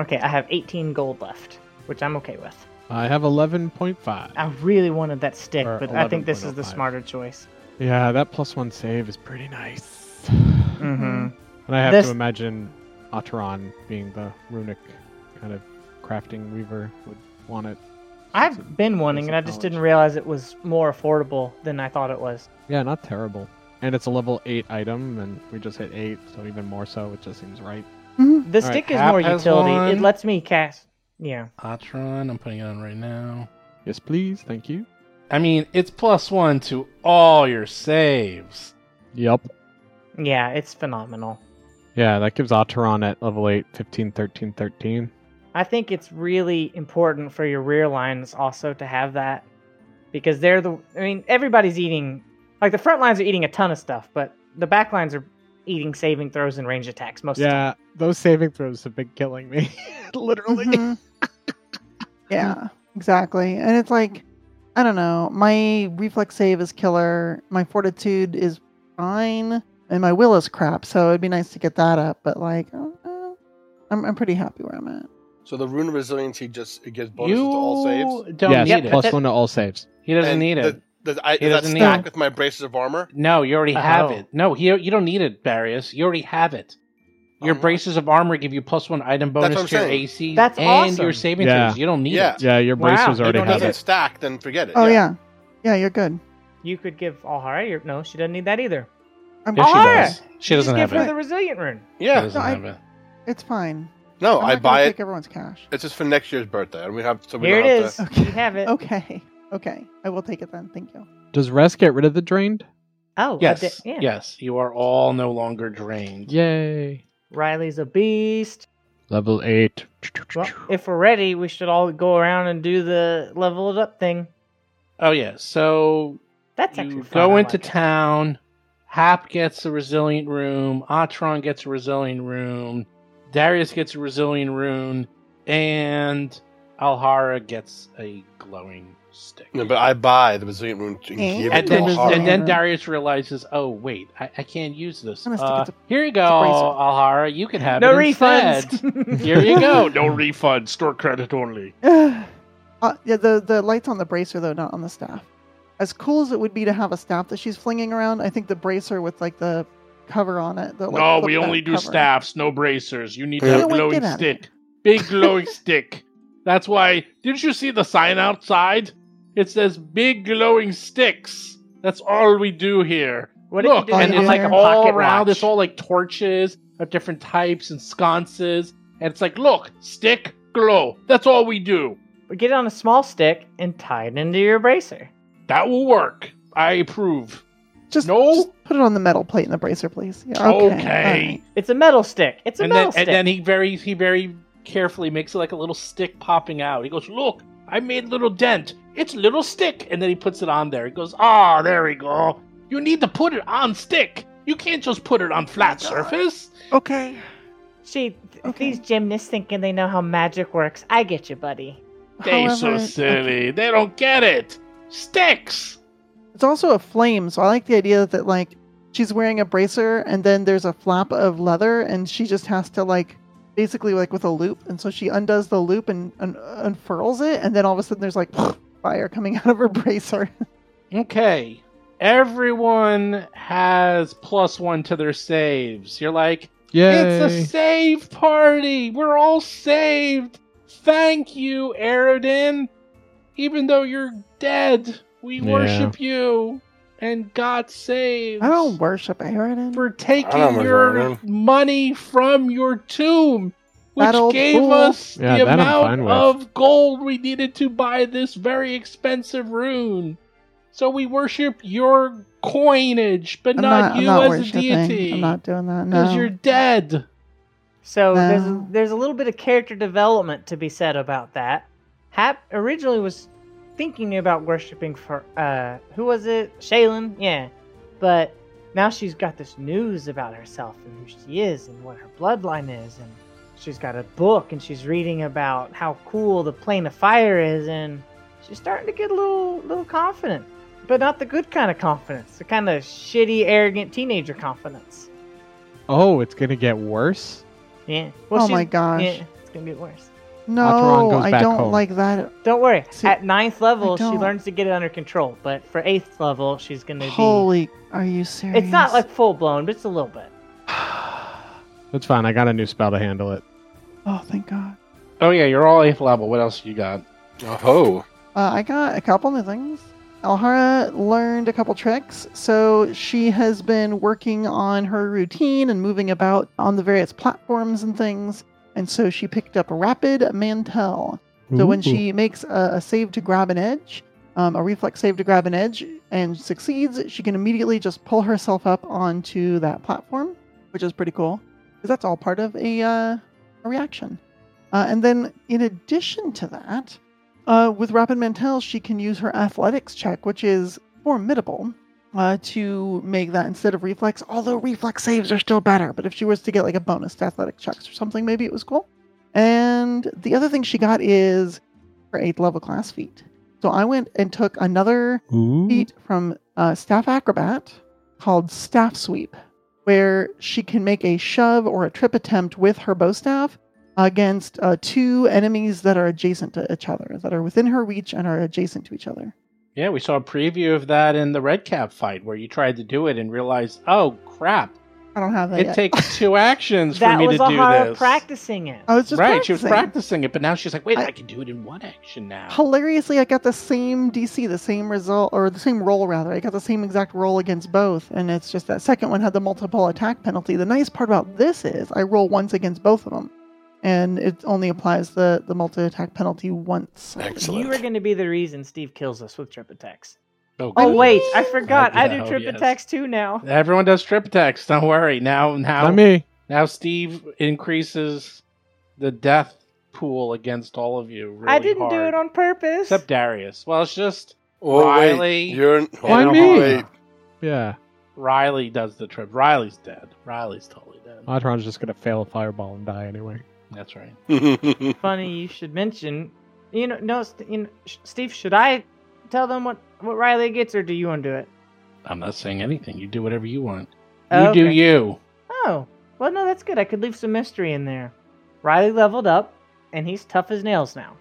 Speaker 3: Okay, I have 18 gold left, which I'm okay with.
Speaker 6: I have eleven point five.
Speaker 3: I really wanted that stick,
Speaker 6: Or
Speaker 3: but I think this is the
Speaker 6: 11.05.
Speaker 3: smarter choice.
Speaker 6: Yeah, that plus one save is pretty nice.
Speaker 3: Mm-hmm.
Speaker 6: And I have
Speaker 3: This-
Speaker 6: to imagine Ataran being the runic kind of crafting weaver would want it. It's a-
Speaker 3: I've been wanting
Speaker 6: it's
Speaker 3: it.
Speaker 6: a
Speaker 3: I just didn't
Speaker 6: college.
Speaker 3: realize it was more affordable than I thought it was.
Speaker 6: Yeah, not terrible. And it's a level eight item, and we just hit eight, so even more so, it just seems right.
Speaker 5: Mhm.
Speaker 3: The
Speaker 6: All right,
Speaker 3: stick is
Speaker 2: Cap
Speaker 3: more
Speaker 2: has
Speaker 3: utility. It
Speaker 2: one.
Speaker 3: lets me cast. Yeah.
Speaker 2: Atron, I'm putting it on right now.
Speaker 6: Yes, please. Thank you.
Speaker 2: I mean, it's plus one to all your saves.
Speaker 6: Yup.
Speaker 3: Yeah, it's phenomenal.
Speaker 6: Yeah, that gives Ataran at level 8, 15, 13, 13.
Speaker 3: I think it's really important for your rear lines also to have that because they're the I mean everybody's eating like the front lines are eating a ton of stuff, but the back lines are eating saving throws and range attacks most of
Speaker 6: Yeah, those saving throws have been killing me. Literally.
Speaker 5: Mhm. yeah, exactly. And it's like, I don't know. My reflex save is killer. My fortitude is fine, and my will is crap. So it'd be nice to get that up. But like, I don't know. I'm I'm pretty happy where I'm at.
Speaker 4: So the rune of resiliency just it gives bonuses
Speaker 2: You
Speaker 4: to all saves.
Speaker 2: don't
Speaker 6: yes,
Speaker 2: need it.
Speaker 6: plus one to all saves.
Speaker 2: He doesn't
Speaker 4: And
Speaker 2: need
Speaker 4: the-
Speaker 2: it.
Speaker 4: Does, I,
Speaker 2: He
Speaker 4: does that
Speaker 2: doesn't need
Speaker 4: stack
Speaker 5: it.
Speaker 4: with my braces of armor?
Speaker 2: No, you already have
Speaker 3: Oh.
Speaker 2: it. No, he, you don't need it, Darius. You already have it. Your
Speaker 4: I'm not-
Speaker 2: braces of armor give you plus one item bonus
Speaker 4: Oh what
Speaker 2: to
Speaker 4: I'm
Speaker 2: your
Speaker 4: saying.
Speaker 2: AC
Speaker 3: That's
Speaker 2: and
Speaker 3: awesome.
Speaker 2: your saving
Speaker 6: Yeah.
Speaker 2: throws. You don't need
Speaker 4: Yeah.
Speaker 2: it.
Speaker 6: Yeah, your
Speaker 3: Wow.
Speaker 6: bracers
Speaker 3: They
Speaker 6: already
Speaker 4: if it
Speaker 6: have
Speaker 4: doesn't
Speaker 6: it.
Speaker 4: stack, then forget it.
Speaker 5: Oh yeah, yeah, you're good.
Speaker 3: You could give Alhara your no, she doesn't need that either.
Speaker 5: I'm
Speaker 2: Yeah, she
Speaker 3: Alright.
Speaker 2: does. She doesn't
Speaker 3: Just
Speaker 2: have
Speaker 3: give her
Speaker 2: it.
Speaker 3: the resilient rune.
Speaker 2: She
Speaker 4: yeah.
Speaker 2: doesn't
Speaker 5: No, I-
Speaker 2: have it.
Speaker 5: It's fine.
Speaker 4: No,
Speaker 5: I'm
Speaker 4: Oh, I
Speaker 5: not gonna
Speaker 4: buy it.
Speaker 5: Take everyone's cash.
Speaker 4: It's just for next year's birthday, and we have so we
Speaker 3: Here it
Speaker 4: don't have
Speaker 3: is.
Speaker 4: to.
Speaker 5: Okay.
Speaker 3: You have it.
Speaker 5: Okay. Okay. I will take it then. Thank you.
Speaker 6: Does Res get rid of the drained?
Speaker 3: Oh, a di-
Speaker 2: Yes.
Speaker 3: yeah.
Speaker 2: Yes. You are all no longer drained.
Speaker 6: Yay.
Speaker 3: Riley's a beast.
Speaker 6: Level 8.
Speaker 3: Well, if we're ready, we should all go around and do the level it up thing.
Speaker 2: Oh, yeah. So
Speaker 3: That's
Speaker 2: you
Speaker 3: actually fun.
Speaker 2: go
Speaker 3: I
Speaker 2: into
Speaker 3: like it.
Speaker 2: town. Hap gets a resilient room. Atron gets a resilient room. Darius gets a resilient rune, and Alhara gets a glowing stick.
Speaker 4: No, but I buy the resilient rune to
Speaker 5: Eh?
Speaker 4: give it
Speaker 2: and
Speaker 4: to
Speaker 2: then,
Speaker 5: It's
Speaker 4: Alhara.
Speaker 2: and then
Speaker 5: Alhara.
Speaker 2: Darius realizes, oh wait, I, I can't use this.
Speaker 5: I'm gonna
Speaker 2: Uh,
Speaker 5: stick it
Speaker 2: here you go,
Speaker 5: bracer.
Speaker 2: Alhara. You can have
Speaker 3: No
Speaker 2: it instead.
Speaker 3: refunds.
Speaker 2: here you go. No refund. Store credit only.
Speaker 5: uh, yeah, the the lights on the bracer though, not on the staff. As cool as it would be to have a staff that she's flinging around, I think the bracer with like the cover on it. The, like,
Speaker 2: no,
Speaker 5: flip
Speaker 2: we
Speaker 5: back
Speaker 2: only do
Speaker 5: cover.
Speaker 2: staffs, no bracers. You need to
Speaker 4: Yeah,
Speaker 2: have
Speaker 5: wait,
Speaker 2: glowing
Speaker 5: get out of
Speaker 2: stick. Big glowing stick. That's why didn't you see the sign outside? It says big glowing sticks. That's all we do here.
Speaker 3: What
Speaker 2: Look,
Speaker 3: if you do
Speaker 2: and
Speaker 5: with
Speaker 2: it's
Speaker 5: like
Speaker 2: like
Speaker 5: your
Speaker 2: all
Speaker 3: pocket
Speaker 2: around.
Speaker 3: watch?
Speaker 2: It's all like torches of different types and sconces. And it's like, look, stick, glow. That's all we do.
Speaker 3: Get it on a small stick and tie it into your bracer.
Speaker 2: That will work. I approve.
Speaker 5: Just,
Speaker 2: No?
Speaker 5: just put it on the metal plate in the bracer, please. Yeah, okay.
Speaker 2: Okay.
Speaker 5: alright.
Speaker 3: It's a metal stick. It's a
Speaker 2: and
Speaker 3: metal
Speaker 2: then
Speaker 3: stick.
Speaker 2: and then he very he very carefully makes it like a little stick popping out. He goes, look, I made a little dent. It's a little stick. And then he puts it on there. He goes, ah, there we go. You need to put it on stick. You can't just put it on flat
Speaker 3: Oh
Speaker 2: surface.
Speaker 5: Okay.
Speaker 3: she, th-
Speaker 5: Okay.
Speaker 3: these gymnasts thinking they know how magic works. I get you, buddy.
Speaker 2: They so
Speaker 5: However,
Speaker 2: silly. They don't get it. Sticks.
Speaker 5: It's also a flame, so I like the idea that like she's wearing a bracer and then there's a flap of leather and she just has to like basically like with a loop and so she undoes the loop and, and unfurls it and then all of a sudden there's like fire coming out of her bracer.
Speaker 2: Okay. Everyone has plus one to their saves. You're like, it's
Speaker 6: Yay.
Speaker 2: a save party. We're all saved. Thank you, Aerodin. Even though you're dead, we
Speaker 6: Yeah.
Speaker 2: worship you. and God saves
Speaker 5: I don't worship Aridin.
Speaker 2: for
Speaker 4: I don't
Speaker 2: taking
Speaker 4: know
Speaker 2: your
Speaker 4: what's
Speaker 2: money from your tomb, which
Speaker 5: That old
Speaker 2: gave
Speaker 5: fool.
Speaker 2: us
Speaker 6: Yeah,
Speaker 2: the
Speaker 6: that I'm
Speaker 2: amount
Speaker 6: fine with.
Speaker 2: of gold we needed to buy this very expensive rune. So we worship your coinage, but
Speaker 5: I'm
Speaker 2: not,
Speaker 5: not, I'm
Speaker 2: you
Speaker 5: not
Speaker 2: as a
Speaker 5: worshiping.
Speaker 2: deity.
Speaker 5: I'm not doing that.
Speaker 2: Because
Speaker 5: No.
Speaker 2: you're dead.
Speaker 3: So
Speaker 5: No.
Speaker 3: there's there's a little bit of character development to be said about that. Hap originally was thinking about worshiping for uh who was it? Shaylin, yeah. But now she's got this news about herself and who she is and what her bloodline is and she's got a book and she's reading about how cool the plane of fire is and she's starting to get a little little confident. But not the good kind of confidence, the kind of shitty, arrogant teenager confidence.
Speaker 6: Oh, it's gonna get worse.
Speaker 3: Yeah.
Speaker 5: oh
Speaker 3: she's-
Speaker 5: my gosh.
Speaker 3: yeah, it's gonna get worse.
Speaker 5: No,
Speaker 6: Ataran goes
Speaker 5: I
Speaker 6: back
Speaker 5: don't
Speaker 6: home.
Speaker 5: like that.
Speaker 3: Don't worry.
Speaker 5: See,
Speaker 3: At ninth level, she
Speaker 5: don't-
Speaker 3: learns to get it under control. But for eighth level, she's gonna
Speaker 5: Holy, are you
Speaker 3: be.
Speaker 5: serious?
Speaker 3: It's not like full blown, but it's a little bit.
Speaker 6: That's fine. I got a new spell to handle it.
Speaker 5: Oh, thank God.
Speaker 2: Oh yeah, you're all eighth level. What else you got?
Speaker 4: Oh.
Speaker 5: Uh, I got a couple new things. Alhara learned a couple tricks, so she has been working on her routine and moving about on the various platforms and things. And so she picked up Rapid Mantel. So when she makes a, a save to grab an edge, um, a reflex save to grab an edge, and succeeds, she can immediately just pull herself up onto that platform, which is pretty cool because that's all part of a, uh, a reaction. Uh, and then in addition to that, uh, with Rapid Mantel, she can use her athletics check, which is formidable. Uh, to make that instead of reflex, although reflex saves are still better. But if she was to get like a bonus to athletic checks or something, maybe it was cool. And the other thing she got is her eighth level class feat. So I went and took another
Speaker 2: Mm.
Speaker 6: Ooh.
Speaker 5: feat from uh, Staff Acrobat called Staff Sweep, where she can make a shove or a trip attempt with her bow staff against uh, two enemies that are adjacent to each other, that are within her reach and are adjacent to each other.
Speaker 2: Yeah, we saw a preview of that in the red cap fight where you tried to do it and realized, oh crap,
Speaker 5: I don't have that
Speaker 2: it
Speaker 5: yet.
Speaker 2: takes two actions for
Speaker 3: that
Speaker 2: me
Speaker 3: was
Speaker 2: to do
Speaker 3: Ahara
Speaker 2: this.
Speaker 3: practicing it.
Speaker 5: I was just
Speaker 2: right, she was
Speaker 5: practicing.
Speaker 2: practicing it, but now she's like, wait, I,
Speaker 5: I-
Speaker 2: can do it in one action now.
Speaker 5: Hilariously, I got the same DC, the same result, or the same roll rather. I got the same exact roll against both, and it's just that second one had the multiple attack penalty. The nice part about this is I roll once against both of them, and it only applies the the multi attack penalty once.
Speaker 3: You were gonna be the reason Steve kills us with trip attacks.
Speaker 2: good.
Speaker 3: Oh wait, I forgot. I
Speaker 2: yeah,
Speaker 3: do
Speaker 2: oh,
Speaker 3: trip
Speaker 2: yes.
Speaker 3: attacks too now.
Speaker 2: Everyone does trip attacks. Don't worry. Now, now,
Speaker 6: Not me.
Speaker 2: now, Steve increases the death pool against all of you. Really
Speaker 3: I didn't do
Speaker 2: hard.
Speaker 3: it on purpose.
Speaker 2: except Darius. Well, it's just
Speaker 4: Oh,
Speaker 2: Riley.
Speaker 4: wait. You're. Oh,
Speaker 6: Why me?
Speaker 4: Wait.
Speaker 6: Yeah.
Speaker 2: Riley does the trip. Riley's dead. Riley's totally dead.
Speaker 6: Atron's just gonna fail a fireball and die anyway.
Speaker 2: That's right.
Speaker 3: Funny you should mention. You know, no, St- you know, sh- Steve. Should I tell them what what Riley gets, or do you undo it?
Speaker 2: I'm not saying anything. You do whatever you want. You
Speaker 3: Oh,
Speaker 2: do
Speaker 3: okay.
Speaker 2: you.
Speaker 3: Oh, well, no, that's good. I could leave some mystery in there. Riley leveled up, and he's tough as nails now.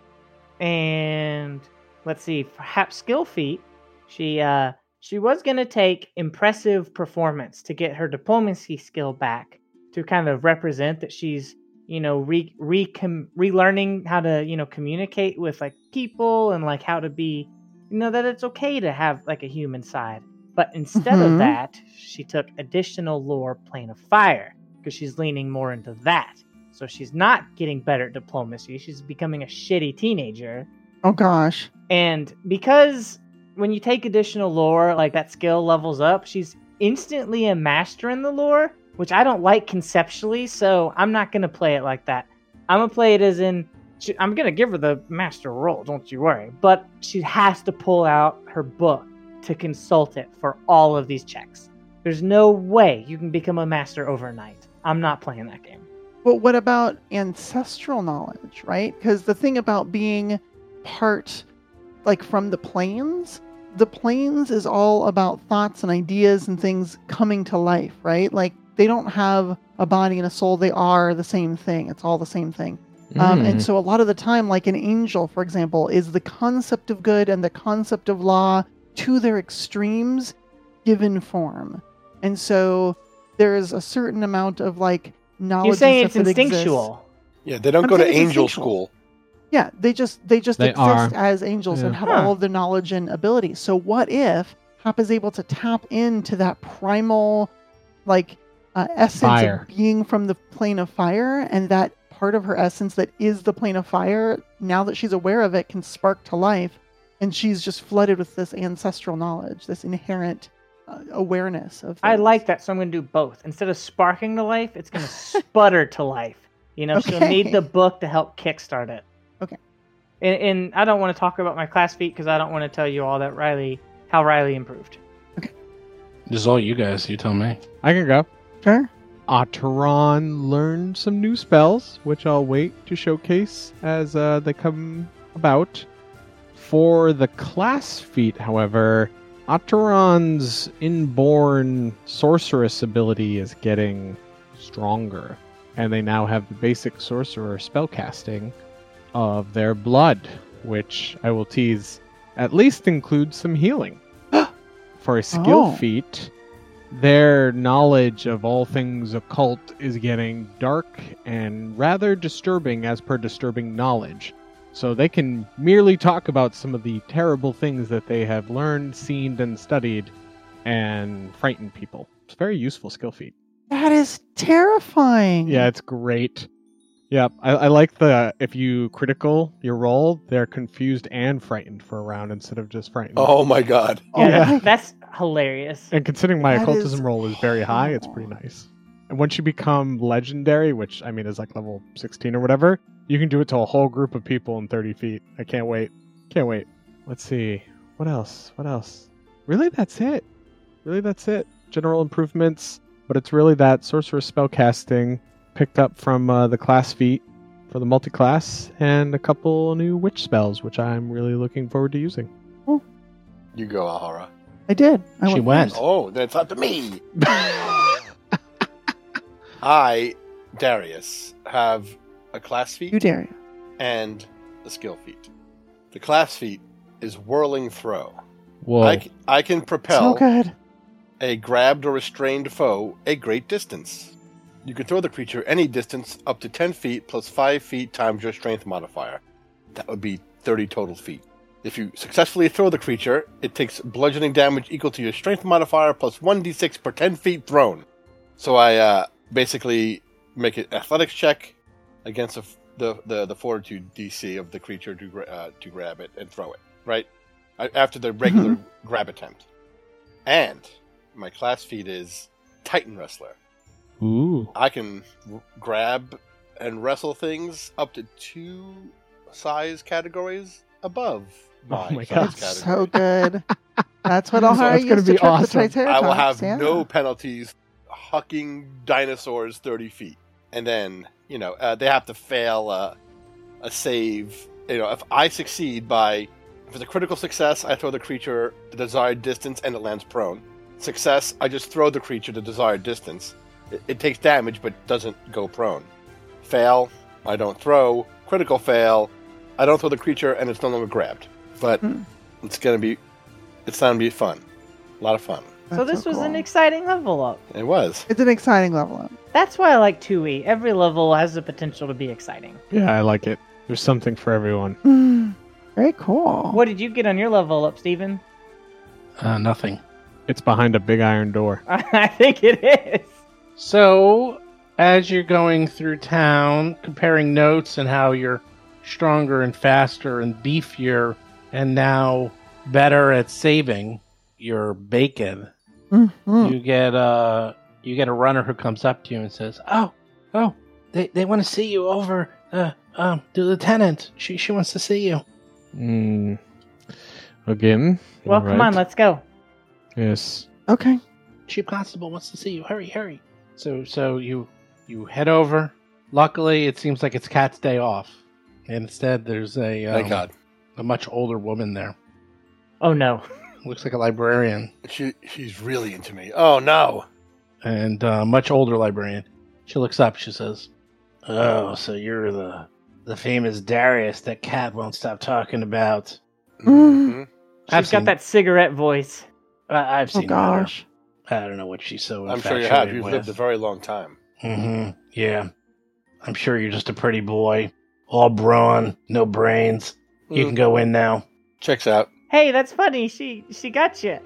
Speaker 3: And let's see, for Hap skill feat, she uh she was gonna take impressive performance to get her diplomacy skill back to kind of represent that she's you know re re com- relearning how to you know communicate with like people and like how to be you know that it's okay to have like a human side. But instead of
Speaker 5: Mhm.
Speaker 3: that, she took additional lore plane of fire because she's leaning more into that. So she's not getting better at diplomacy. She's becoming a shitty teenager.
Speaker 5: Oh gosh,
Speaker 3: And because when you take additional lore, like that skill levels up, she's instantly a master in the lore, which I don't like conceptually, so I'm not going to play it like that. I'm going to play it as in she, I'm going to give her the master role, don't you worry. But she has to pull out her book to consult it for all of these checks. There's no way you can become a master overnight. I'm not playing that game.
Speaker 5: But what about ancestral knowledge, right? Because the thing about being part, like from the planes, the planes is all about thoughts and ideas and things coming to life, right? Like they don't have a body and a soul, they are the same thing. It's all the same thing.
Speaker 2: Hmm.
Speaker 5: Um,
Speaker 3: Mm.
Speaker 5: and so a lot of the time, like an angel, for example, is the concept of good and the concept of law to their extremes given form. And so there's a certain amount of like knowledge.
Speaker 3: You're
Speaker 5: and
Speaker 3: saying it's
Speaker 5: stuff that exists.
Speaker 3: instinctual.
Speaker 4: yeah, they don't
Speaker 5: I'm
Speaker 4: go to
Speaker 5: saying it's
Speaker 4: angel
Speaker 5: instinctual.
Speaker 4: school.
Speaker 5: Yeah, they just they just
Speaker 6: They
Speaker 5: exist
Speaker 6: are.
Speaker 5: as angels and
Speaker 6: Yeah.
Speaker 5: have
Speaker 3: Huh.
Speaker 5: all of the knowledge and abilities. So what if Hop is able to tap into that primal, like, uh, essence
Speaker 6: Fire.
Speaker 5: of being from the plane of fire, and that part of her essence that is the plane of fire, now that she's aware of it, can spark to life. And she's just flooded with this ancestral knowledge, this inherent uh, awareness of.
Speaker 3: I
Speaker 5: things.
Speaker 3: like that, so I'm going to do both. Instead of sparking to life, it's going to sputter to life. You know, she'll need
Speaker 5: Okay.
Speaker 3: the book to help kickstart it.
Speaker 5: Okay.
Speaker 3: And, and I don't want to talk about my class feat because I don't want to tell you all that Riley, how Riley improved.
Speaker 2: This is all you guys. You tell me.
Speaker 6: I can go.
Speaker 5: Sure.
Speaker 6: Otteron learned some new spells, which I'll wait to showcase as uh, they come about. For the class feat, however, Otteron's inborn sorceress ability is getting stronger, and they now have the basic sorcerer spellcasting of their blood, which I will tease at least includes some healing. For a skill
Speaker 5: Oh.
Speaker 6: feat, their knowledge of all things occult is getting dark and rather disturbing as per disturbing knowledge. So they can merely talk about some of the terrible things that they have learned, seen, and studied and frighten people. It's a very useful skill feat.
Speaker 5: That is terrifying.
Speaker 6: Yeah, it's great. Yep, I, I like the if you critical your roll, they're confused and frightened for a round instead of just frightened.
Speaker 4: Oh my god.
Speaker 5: Oh
Speaker 6: Yeah.
Speaker 5: my
Speaker 3: That's hilarious.
Speaker 6: And considering my
Speaker 5: That
Speaker 6: occultism
Speaker 5: is
Speaker 6: roll is very high, it's pretty
Speaker 5: hard.
Speaker 6: nice. And once you become legendary, which I mean is like level 16 or whatever, you can do it to a whole group of people in 30 feet. I can't wait. Can't wait. Let's see. What else? What else? Really, that's it. Really, that's it. General improvements, but it's really that sorcerer spell casting picked up from uh, the class feat for the multi-class and a couple new witch spells, which I'm really looking forward to using.
Speaker 4: You go, Ahara.
Speaker 5: I did. I
Speaker 2: she went.
Speaker 4: Oh, then it's up to me. I, Darius, have a class
Speaker 5: You
Speaker 4: feat
Speaker 5: dare.
Speaker 4: and a skill feat. The class feat is whirling throw.
Speaker 6: Whoa.
Speaker 4: I, c- I can
Speaker 5: So
Speaker 4: propel
Speaker 5: good.
Speaker 4: a grabbed or restrained foe a great distance. You can throw the creature any distance up to 10 feet plus 5 feet times your strength modifier. That would be 30 total feet. If you successfully throw the creature, it takes bludgeoning damage equal to your strength modifier plus 1d6 per 10 feet thrown. So I uh, basically make an athletics check against the, f- the, the, the fortitude DC of the creature to, gra- uh, to grab it and throw it, right? I, after the regular grab attempt. And my class feat is Titan Wrestler.
Speaker 6: Ooh.
Speaker 4: I can r- grab and wrestle things up to two size categories above
Speaker 6: Oh
Speaker 4: my,
Speaker 6: my
Speaker 4: size
Speaker 6: God.
Speaker 4: category.
Speaker 5: So good. That's what
Speaker 6: So
Speaker 5: I'll hire
Speaker 6: it's
Speaker 5: you
Speaker 6: gonna
Speaker 5: to
Speaker 6: be
Speaker 5: trap
Speaker 6: awesome. I
Speaker 5: the
Speaker 6: will
Speaker 5: Triceratops.
Speaker 4: I will have
Speaker 5: yeah.
Speaker 4: no penalties hucking dinosaurs 30 feet. And then, you know, uh, they have to fail uh, a save. You know, if I succeed by, if it's a critical success, I throw the creature the desired distance and it lands prone. Success, I just throw the creature the desired distance. It, it takes damage but doesn't go prone. Fail, I don't throw. Critical fail, I don't throw the creature and it's no longer grabbed. But
Speaker 5: Hmm.
Speaker 4: it's going to be, it's going to be fun. A lot of fun.
Speaker 3: so
Speaker 5: That's
Speaker 3: this was an
Speaker 5: cool.
Speaker 3: exciting level up.
Speaker 4: It was.
Speaker 5: It's an exciting level up.
Speaker 3: That's why I like 2E. Every level has the potential to be exciting.
Speaker 6: Yeah, I like it. There's something for everyone.
Speaker 5: Hmm. Very cool.
Speaker 3: What did you get on your level up, Steven?
Speaker 2: Uh, nothing.
Speaker 6: It's behind a big iron door.
Speaker 3: I think it is.
Speaker 2: So, as you're going through town, comparing notes and how you're stronger and faster and beefier and now better at saving your bacon,
Speaker 5: Mhm.
Speaker 2: you get uh you get a runner who comes up to you and says, "Oh, oh, they they want to see you over uh um the lieutenant. She she wants to see you."
Speaker 6: Mm. Again.
Speaker 3: Hmm. Well, come on,
Speaker 6: Alright.
Speaker 3: let's go.
Speaker 6: Yes.
Speaker 5: Okay.
Speaker 2: chief constable wants to see you hurry hurry so so you you head over luckily it seems like it's cat's day off and instead there's a um,
Speaker 4: Thank God.
Speaker 2: a much older woman there
Speaker 3: Oh no.
Speaker 2: looks like a librarian
Speaker 4: She she's really into me. Oh no.
Speaker 2: and uh, much older librarian she looks up she says oh so you're the the famous darius that cat won't stop talking about
Speaker 4: Mhm.
Speaker 5: Mm.
Speaker 3: She's got that cigarette voice.
Speaker 2: I, i've
Speaker 5: Oh
Speaker 2: seen her.
Speaker 5: gosh.
Speaker 2: i don't know what she's so
Speaker 4: I'm sure you have.
Speaker 2: infatuated
Speaker 4: You've
Speaker 2: with.
Speaker 4: lived a very long time.
Speaker 2: Mm-hmm. Yeah. I'm sure you're just a pretty boy. All brawn, no brains. You
Speaker 4: Mm.
Speaker 2: can go in now.
Speaker 4: Checks out.
Speaker 3: Hey, that's funny. She she got you.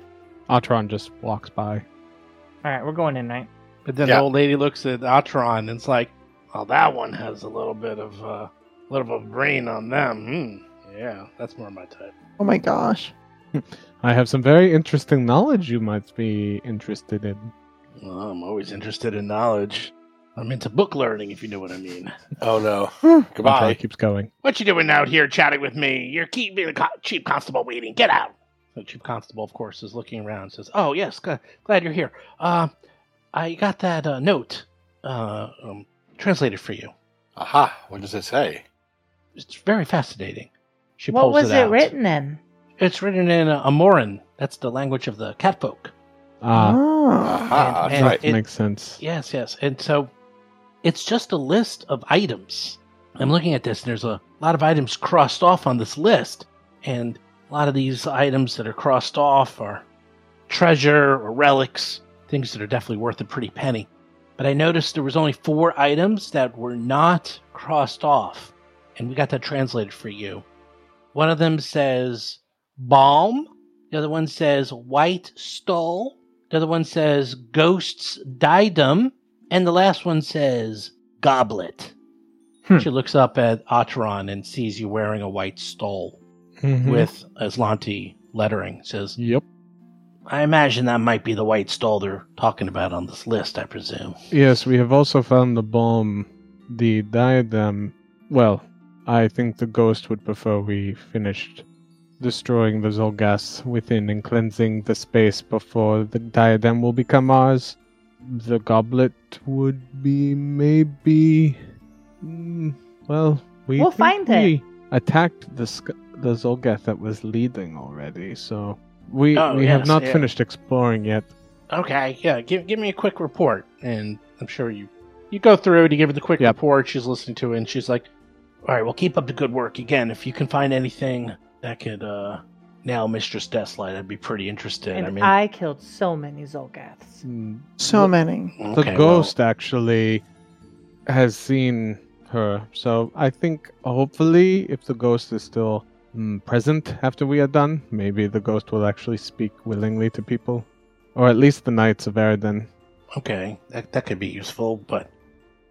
Speaker 6: Atron just walks by.
Speaker 3: All right, we're going in, right?
Speaker 2: But then
Speaker 4: Yeah.
Speaker 2: the old lady looks at Atron and it's like, well, that one has a little bit of a uh, little bit of brain on them. Hmm. Yeah, that's more my type.
Speaker 5: Oh my gosh.
Speaker 6: I have some very interesting knowledge you might be interested in.
Speaker 2: Well, I'm always interested in knowledge. I'm into book learning, if you know what I mean.
Speaker 4: Oh no.
Speaker 6: Atron
Speaker 4: Goodbye.
Speaker 6: keeps going.
Speaker 2: What you doing out here chatting with me? You're keeping the co- chief constable waiting. Get out. The chief constable, of course, is looking around. and Says, "Oh yes, gl- glad you're here. Uh, I got that uh, note uh, um, translated for you.
Speaker 4: Aha. What does it say?
Speaker 2: It's very fascinating." She
Speaker 3: What
Speaker 2: pulls
Speaker 3: was it,
Speaker 2: out.
Speaker 3: written in?
Speaker 2: It's written in uh, Amoran. That's the language of the catfolk.
Speaker 6: Ah,
Speaker 5: oh.
Speaker 4: Aha.
Speaker 2: And-
Speaker 4: Ah, That's
Speaker 2: and
Speaker 4: right.
Speaker 2: it-
Speaker 6: makes sense.
Speaker 2: Yes, yes. And so it's just a list of items. I'm looking at this, and there's a lot of items crossed off on this list. And a lot of these items that are crossed off are treasure or relics, things that are definitely worth a pretty penny. But I noticed there was only four items that were not crossed off. And we got that translated for you. One of them says balm. The other one says white stole. The other one says Ghost's Diadem. And the last one says Goblet.
Speaker 6: Hmm.
Speaker 2: She looks up at Atron and sees you wearing a white stole
Speaker 6: Mhm.
Speaker 2: with Aslanti lettering. Says,
Speaker 6: Yep.
Speaker 2: I imagine that might be the white stole they're talking about on this list, I presume.
Speaker 6: Yes, we have also found the bomb, the diadem. Well, I think the ghost would prefer we finished destroying the Zolgas within and cleansing the space before the diadem will become ours. The goblet would be maybe. Mm, well, we
Speaker 3: We'll
Speaker 6: think
Speaker 3: find it.
Speaker 6: we Attacked the sc- the Zolgath that was leading already, so we
Speaker 2: Oh,
Speaker 6: we have
Speaker 2: yes,
Speaker 6: not
Speaker 2: yeah.
Speaker 6: finished exploring yet.
Speaker 2: Okay, yeah, give, give me a quick report. And I'm sure you you go through to give her the quick
Speaker 6: Yep.
Speaker 2: report. She's listening to it, and she's like, All right, well, keep up the good work. Again, if you can find anything that could uh, nail Mistress Deathlight, I'd be pretty interested.
Speaker 3: and
Speaker 2: I mean,
Speaker 3: I killed so many Zolgaths.
Speaker 6: Mm,
Speaker 5: So many.
Speaker 6: The
Speaker 2: okay,
Speaker 6: ghost actually has seen her, so I think hopefully, if the ghost is still mm, present after we are done, maybe the ghost will actually speak willingly to people, or at least the knights of Eridan.
Speaker 2: well, okay, that, that could be useful. But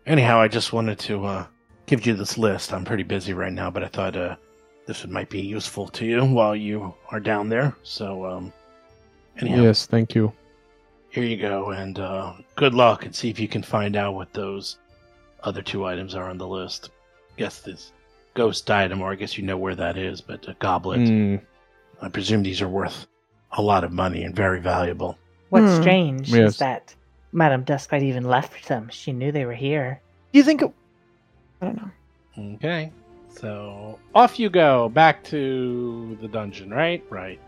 Speaker 2: anyhow, I just wanted to uh, give you this list. I'm pretty busy right now, but I thought uh, this would, might be useful to you while you are down there. So, um, anyhow,
Speaker 6: Yes, thank you.
Speaker 2: here you go, and uh, good luck, and see if you can find out what those other two items are on the list. Guess this ghost item, or I guess you know where that is, but a goblet.
Speaker 6: Mm,
Speaker 2: I presume these are worth a lot of money and very valuable.
Speaker 3: What's
Speaker 5: Hmm.
Speaker 3: strange
Speaker 6: Yes.
Speaker 3: is that Madame Dusklight even left them. She knew they were here.
Speaker 5: Do you think. it- I don't know.
Speaker 2: Okay, so off you go back to the dungeon, right? Right.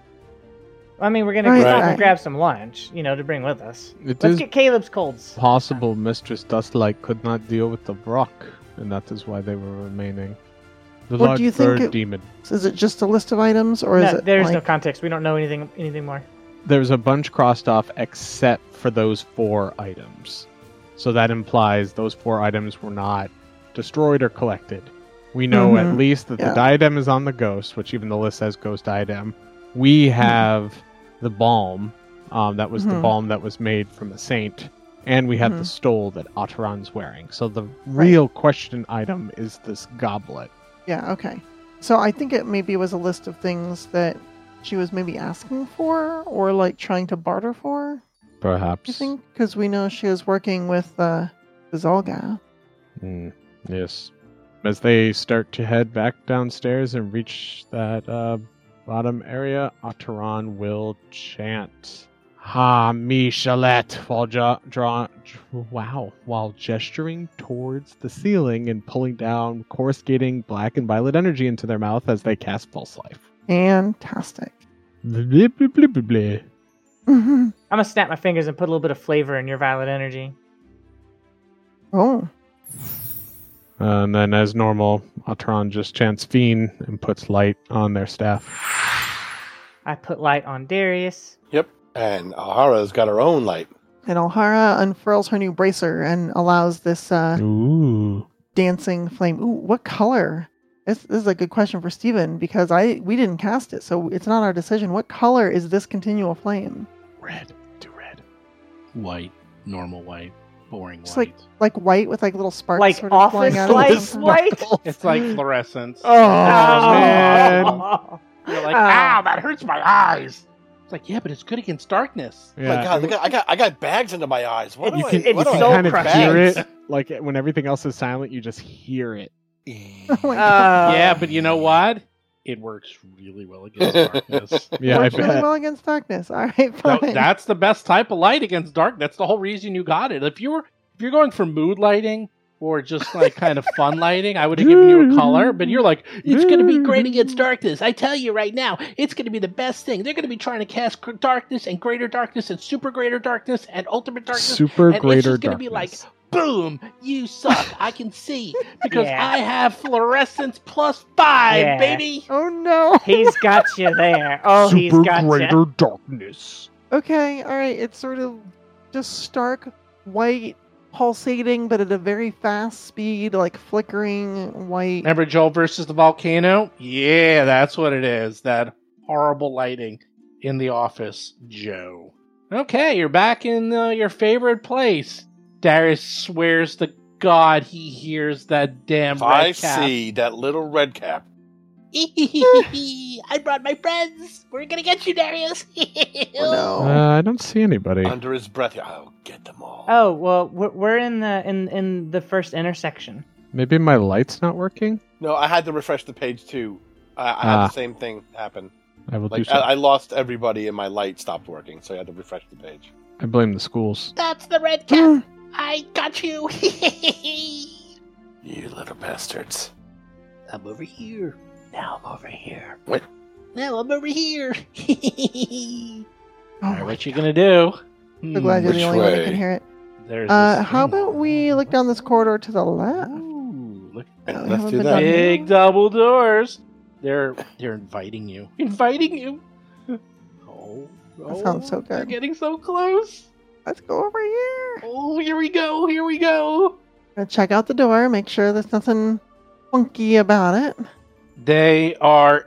Speaker 3: I mean, we're gonna
Speaker 5: Right,
Speaker 3: stop
Speaker 5: right.
Speaker 3: and grab some lunch, you know, to bring with us.
Speaker 6: It
Speaker 3: Let's
Speaker 6: is
Speaker 3: get Caleb's colds.
Speaker 6: possible Mistress Dustlight could not deal with the rock, and that is why they were remaining. The
Speaker 5: Well,
Speaker 6: large
Speaker 5: do you think
Speaker 6: bird
Speaker 5: it-
Speaker 6: demon.
Speaker 5: Is it just a list of items or is
Speaker 3: No,
Speaker 5: it.
Speaker 3: there's no
Speaker 5: like-
Speaker 3: context. We don't know anything anything more.
Speaker 6: there's a bunch crossed off except for those four items. So that implies those four items were not destroyed or collected. We know
Speaker 5: Mhm.
Speaker 6: at least that
Speaker 5: Yeah.
Speaker 6: the diadem is on the ghost, which even the list says ghost diadem. We have the balm, um, that was the
Speaker 5: Mhm.
Speaker 6: balm that was made from the saint, and we have the
Speaker 5: Mhm.
Speaker 6: stole that Ataran's wearing. So the real question item is this goblet.
Speaker 5: Yeah, okay. So I think it maybe was a list of things that she was maybe asking for or like trying to barter for,
Speaker 6: Perhaps.
Speaker 5: you think? Because we know she was working with uh, the Zolga.
Speaker 6: Mm, yes. As they start to head back downstairs and reach that uh, bottom area, Ataran will chant "Ha Michelet" while ja- draw, wow, while gesturing towards the ceiling and pulling down coruscating black and violet energy into their mouth as they cast False Life.
Speaker 5: Fantastic.
Speaker 6: Bleh, bleh, bleh, bleh, bleh.
Speaker 5: Mhm.
Speaker 3: I'm gonna snap my fingers and put a little bit of flavor in your violet energy.
Speaker 5: oh,
Speaker 6: And then, as normal, Ataran just chants "Fiend" and puts light on their staff.
Speaker 3: I put light on Darius.
Speaker 4: And Ahara's got her own light.
Speaker 5: and O'Hara unfurls her new bracer and allows this uh,
Speaker 6: Ooh.
Speaker 5: dancing flame. Ooh, what color? This, this is a good question for Steven because I we didn't cast it, so it's not our decision. What color is this continual flame?
Speaker 2: red, too red. White, normal white, boring
Speaker 5: It's
Speaker 2: white.
Speaker 5: like- like white with like little sparks
Speaker 3: Like
Speaker 5: sort of flying
Speaker 3: office
Speaker 5: out of
Speaker 3: light
Speaker 5: it.
Speaker 3: white.
Speaker 2: it's like fluorescence.
Speaker 6: Oh, man.
Speaker 2: You're like,
Speaker 3: Oh.
Speaker 5: Ah.
Speaker 2: ow, ah, that hurts my eyes. It's like, yeah, but it's good against darkness.
Speaker 4: My
Speaker 6: Yeah.
Speaker 4: God, look, I got I got bags under my eyes. What
Speaker 3: You
Speaker 4: do I-
Speaker 3: can-
Speaker 4: what
Speaker 3: it's
Speaker 4: do I-
Speaker 3: so
Speaker 6: kind of
Speaker 3: crushed.
Speaker 6: hear it. Like when everything else is silent, you just hear it.
Speaker 5: Oh my
Speaker 3: Uh,
Speaker 2: yeah, but you know what? It works really well against darkness.
Speaker 6: Yeah, I
Speaker 5: Works really
Speaker 6: bet.
Speaker 5: well against darkness. All right,
Speaker 2: Tha-
Speaker 5: fine.
Speaker 2: that's the best type of light against dark. That's the whole reason you got it. If you were if you're going for mood lighting or just like kind of fun lighting, I would have given you a color. But you're like, it's going to be great against darkness. I tell you right now, it's going to be the best thing. They're going to be trying to cast gr- darkness and greater darkness and super greater darkness and ultimate darkness.
Speaker 6: Super
Speaker 2: and it's
Speaker 6: greater
Speaker 2: just gonna be
Speaker 6: darkness.
Speaker 2: like, Boom! You suck. I can see because
Speaker 3: Yeah.
Speaker 2: I have fluorescence plus five,
Speaker 3: Yeah.
Speaker 2: baby.
Speaker 5: oh no.
Speaker 3: He's got you there. Oh, he's
Speaker 6: Super
Speaker 3: got
Speaker 6: greater
Speaker 3: you.
Speaker 6: darkness.
Speaker 5: Okay, all right. It's sort of just stark white pulsating, but at a very fast speed, like flickering white.
Speaker 2: Remember Joel versus the volcano? Yeah, that's what it is. That horrible lighting in the office, Joe. Okay, you're back in uh, your favorite place. Darius swears to God he hears that damn
Speaker 4: I
Speaker 2: red cap.
Speaker 4: see that little red cap.
Speaker 2: I brought my friends. We're gonna get you, Darius.
Speaker 5: Oh, no.
Speaker 6: Uh, I don't see anybody.
Speaker 4: Under his breath, I'll get them all.
Speaker 3: Oh well, we're, we're in the in in the first intersection.
Speaker 6: Maybe my light's not working.
Speaker 4: No, I had to refresh the page too. I, I had
Speaker 6: Ah.
Speaker 4: the same thing happen.
Speaker 6: I will do
Speaker 4: Like
Speaker 6: so. I,
Speaker 4: I, I lost everybody and my light stopped working, so I had to refresh the page.
Speaker 6: blame the schools.
Speaker 2: That's the red
Speaker 5: cap.
Speaker 2: I got you.
Speaker 4: You little bastards!
Speaker 2: I'm over here. Now I'm over here.
Speaker 4: What?
Speaker 2: Now I'm over here.
Speaker 5: Oh
Speaker 2: Alright,
Speaker 5: my
Speaker 2: what you gonna do?
Speaker 5: So glad you're
Speaker 4: Which
Speaker 5: the only one that
Speaker 4: way?
Speaker 5: can hear it.
Speaker 2: Hmm, there's
Speaker 5: Uh,
Speaker 2: this
Speaker 5: how
Speaker 2: thing.
Speaker 5: about we look down this corridor to the left?
Speaker 2: Ooh, look at
Speaker 5: Oh,
Speaker 4: Yeah,
Speaker 5: we
Speaker 4: let's
Speaker 5: haven't
Speaker 4: do
Speaker 5: been
Speaker 4: that.
Speaker 5: down here.
Speaker 2: big double doors. They're they're inviting you. Inviting you. Oh, oh,
Speaker 5: sounds so
Speaker 2: You're
Speaker 5: good.
Speaker 2: getting so close.
Speaker 5: Let's go over here.
Speaker 2: Oh, here we go. Here we go.
Speaker 5: Gonna check out the door, make sure there's nothing funky about it.
Speaker 2: They are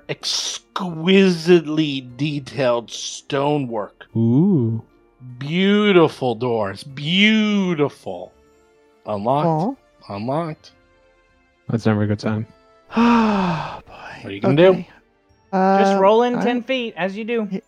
Speaker 2: exquisitely detailed stonework.
Speaker 6: Ooh.
Speaker 2: Beautiful doors. Beautiful. Unlocked.
Speaker 5: Cool.
Speaker 2: Unlocked.
Speaker 6: That's never a good sign.
Speaker 5: Oh boy.
Speaker 2: What are you gonna
Speaker 5: do? Uh,
Speaker 3: Just roll in
Speaker 5: I-
Speaker 3: ten feet as you do.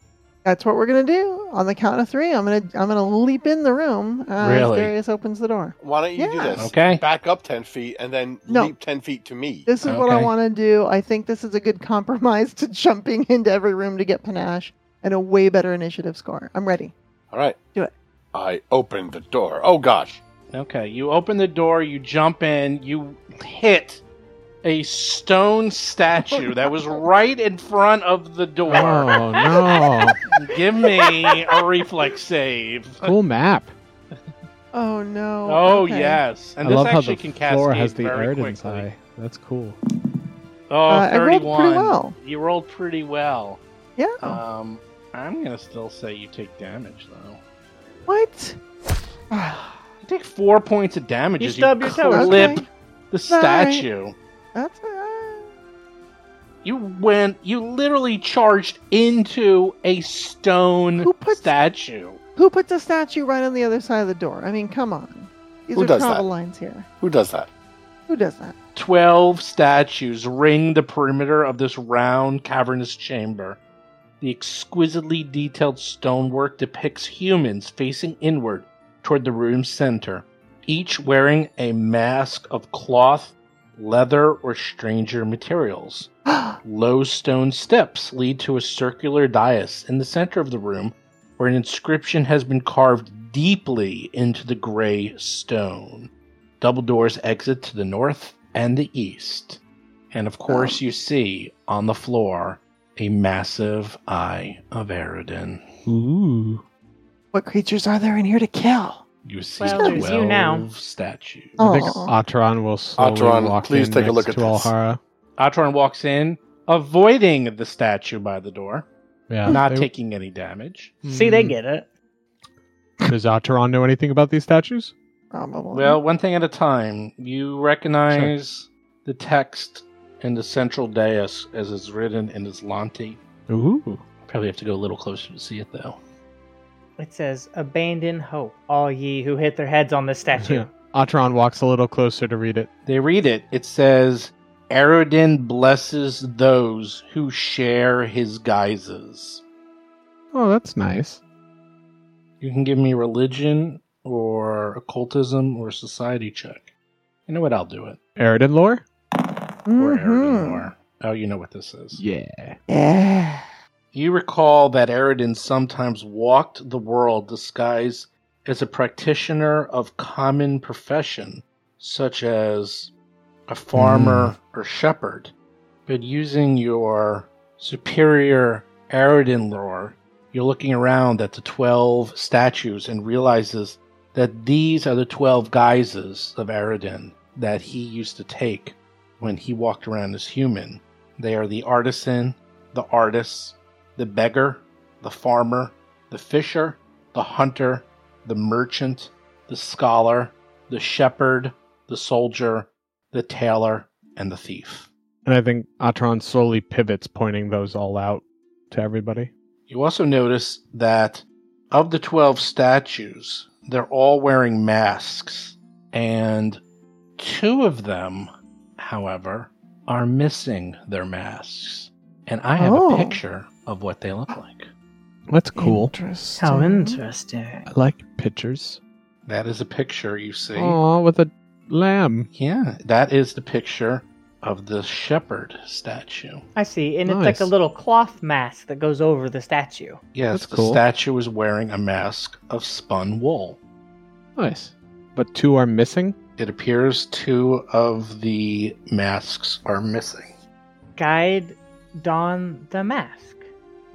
Speaker 5: That's what we're gonna do. On the count of three, I'm gonna I'm gonna leap in the room as
Speaker 2: Really?
Speaker 5: Darius opens the door.
Speaker 4: Why don't you do
Speaker 5: Yeah.
Speaker 4: this?
Speaker 2: do? Okay.
Speaker 4: Back up ten feet and then
Speaker 5: No.
Speaker 4: leap ten feet to me.
Speaker 5: This is what I
Speaker 2: Okay.
Speaker 5: want to do. I think this is a good compromise to jumping into every room to get panache and a way better initiative score. I'm ready.
Speaker 4: All right.
Speaker 5: Do it.
Speaker 4: I opened the door. Oh gosh!
Speaker 2: Okay, you open the door, you jump in, you hit a stone statue that
Speaker 5: Oh,
Speaker 2: was right in front of the door.
Speaker 6: Oh no.
Speaker 2: Give me a reflex save.
Speaker 6: Cool map.
Speaker 5: Oh no.
Speaker 2: Oh
Speaker 5: Okay.
Speaker 2: yes, and
Speaker 6: I
Speaker 2: this
Speaker 6: love how
Speaker 2: actually
Speaker 6: the
Speaker 2: can cascade
Speaker 6: floor has the
Speaker 2: very
Speaker 6: air
Speaker 2: quickly.
Speaker 6: inside. That's cool.
Speaker 2: Oh,
Speaker 5: Uh, I rolled
Speaker 2: 31.
Speaker 5: pretty well. Oh.
Speaker 2: You rolled pretty well.
Speaker 5: Yeah.
Speaker 2: Um, I'm gonna still say you take damage though.
Speaker 5: what?
Speaker 2: You take four points of damage
Speaker 3: You
Speaker 2: as
Speaker 3: stub
Speaker 2: you
Speaker 3: your toe.
Speaker 2: clip
Speaker 5: Okay.
Speaker 2: the
Speaker 5: right.
Speaker 2: statue.
Speaker 5: That's uh,
Speaker 2: You went. You literally charged into a stone
Speaker 5: Who puts-
Speaker 2: statue.
Speaker 5: who put the statue right on the other side of the door? I mean, come on. These
Speaker 4: Who
Speaker 5: are
Speaker 4: does
Speaker 5: travel
Speaker 4: that?
Speaker 5: lines here.
Speaker 4: Who does that?
Speaker 5: Who does that?
Speaker 2: Twelve statues ring the perimeter of this round, cavernous chamber. The exquisitely detailed stonework depicts humans facing inward toward the room's center, each wearing a mask of cloth, leather, or stranger materials. Low stone steps lead to a circular dais in the center of the room where an inscription has been carved deeply into the gray stone. Double doors exit to the north and the east. And of course, you see on the floor a massive eye of Aerodin.
Speaker 6: Ooh.
Speaker 5: what creatures are there in here to kill?
Speaker 2: You see
Speaker 3: Well,
Speaker 5: there's
Speaker 2: 12
Speaker 3: you now.
Speaker 2: statues.
Speaker 6: I think
Speaker 5: Aw.
Speaker 6: Atron will slowly
Speaker 4: Ataran,
Speaker 6: walk
Speaker 4: please
Speaker 6: in
Speaker 4: take a
Speaker 6: next
Speaker 4: look at
Speaker 6: to
Speaker 4: this.
Speaker 6: Alhara.
Speaker 2: Atron walks in, avoiding the statue by the door,
Speaker 6: Yeah.
Speaker 2: not
Speaker 6: they-
Speaker 2: taking any damage.
Speaker 3: See,
Speaker 6: Hmm.
Speaker 3: they get it.
Speaker 6: Does Ataran know anything about these statues?
Speaker 5: Probably.
Speaker 2: Well, one thing at a time. You recognize the text in the central dais as it's written in Islante.
Speaker 6: Ooh.
Speaker 2: Probably have to go a little closer to see it, though.
Speaker 3: It says, Abandon hope, all ye who hit their heads on this statue.
Speaker 6: Atron walks a little closer to read it.
Speaker 2: They read it. It says, Aerodin blesses those who share his guises.
Speaker 6: Oh, that's nice.
Speaker 2: You can give me religion or occultism or society check. You know what? I'll do it.
Speaker 6: Aridin lore?
Speaker 2: Or
Speaker 5: Mhm.
Speaker 2: Aerodin lore. Oh, you know what this is.
Speaker 6: Yeah.
Speaker 5: Yeah.
Speaker 2: You recall that Aridin sometimes walked the world disguised as a practitioner of common profession, such as a farmer or shepherd. But using your superior Aridin lore, you're looking around at the 12 statues and realizes that these are the 12 guises of Aridin that he used to take when he walked around as human. They are the artisan, the artist, the beggar, the farmer, the fisher, the hunter, the merchant, the scholar, the shepherd, the soldier, the tailor, and the thief.
Speaker 6: And I think Atron slowly pivots, pointing those all out to everybody.
Speaker 2: You also notice that of the 12 statues, they're all wearing masks, and two of them, however, are missing their masks. And I have
Speaker 5: Oh.
Speaker 2: a picture of what they look like.
Speaker 6: That's cool.
Speaker 5: Interesting.
Speaker 3: How interesting.
Speaker 6: I like pictures.
Speaker 2: That is a picture you see.
Speaker 6: Aw, with a lamb.
Speaker 2: Yeah, that is the picture of the shepherd statue.
Speaker 3: I see. And it's
Speaker 6: Nice.
Speaker 3: like a little cloth mask that goes over the statue.
Speaker 2: Yes,
Speaker 6: That's
Speaker 2: the
Speaker 6: cool.
Speaker 2: statue is wearing a mask of spun wool.
Speaker 6: Nice. But two are missing?
Speaker 2: It appears two of the masks are missing.
Speaker 3: Guide don the mask.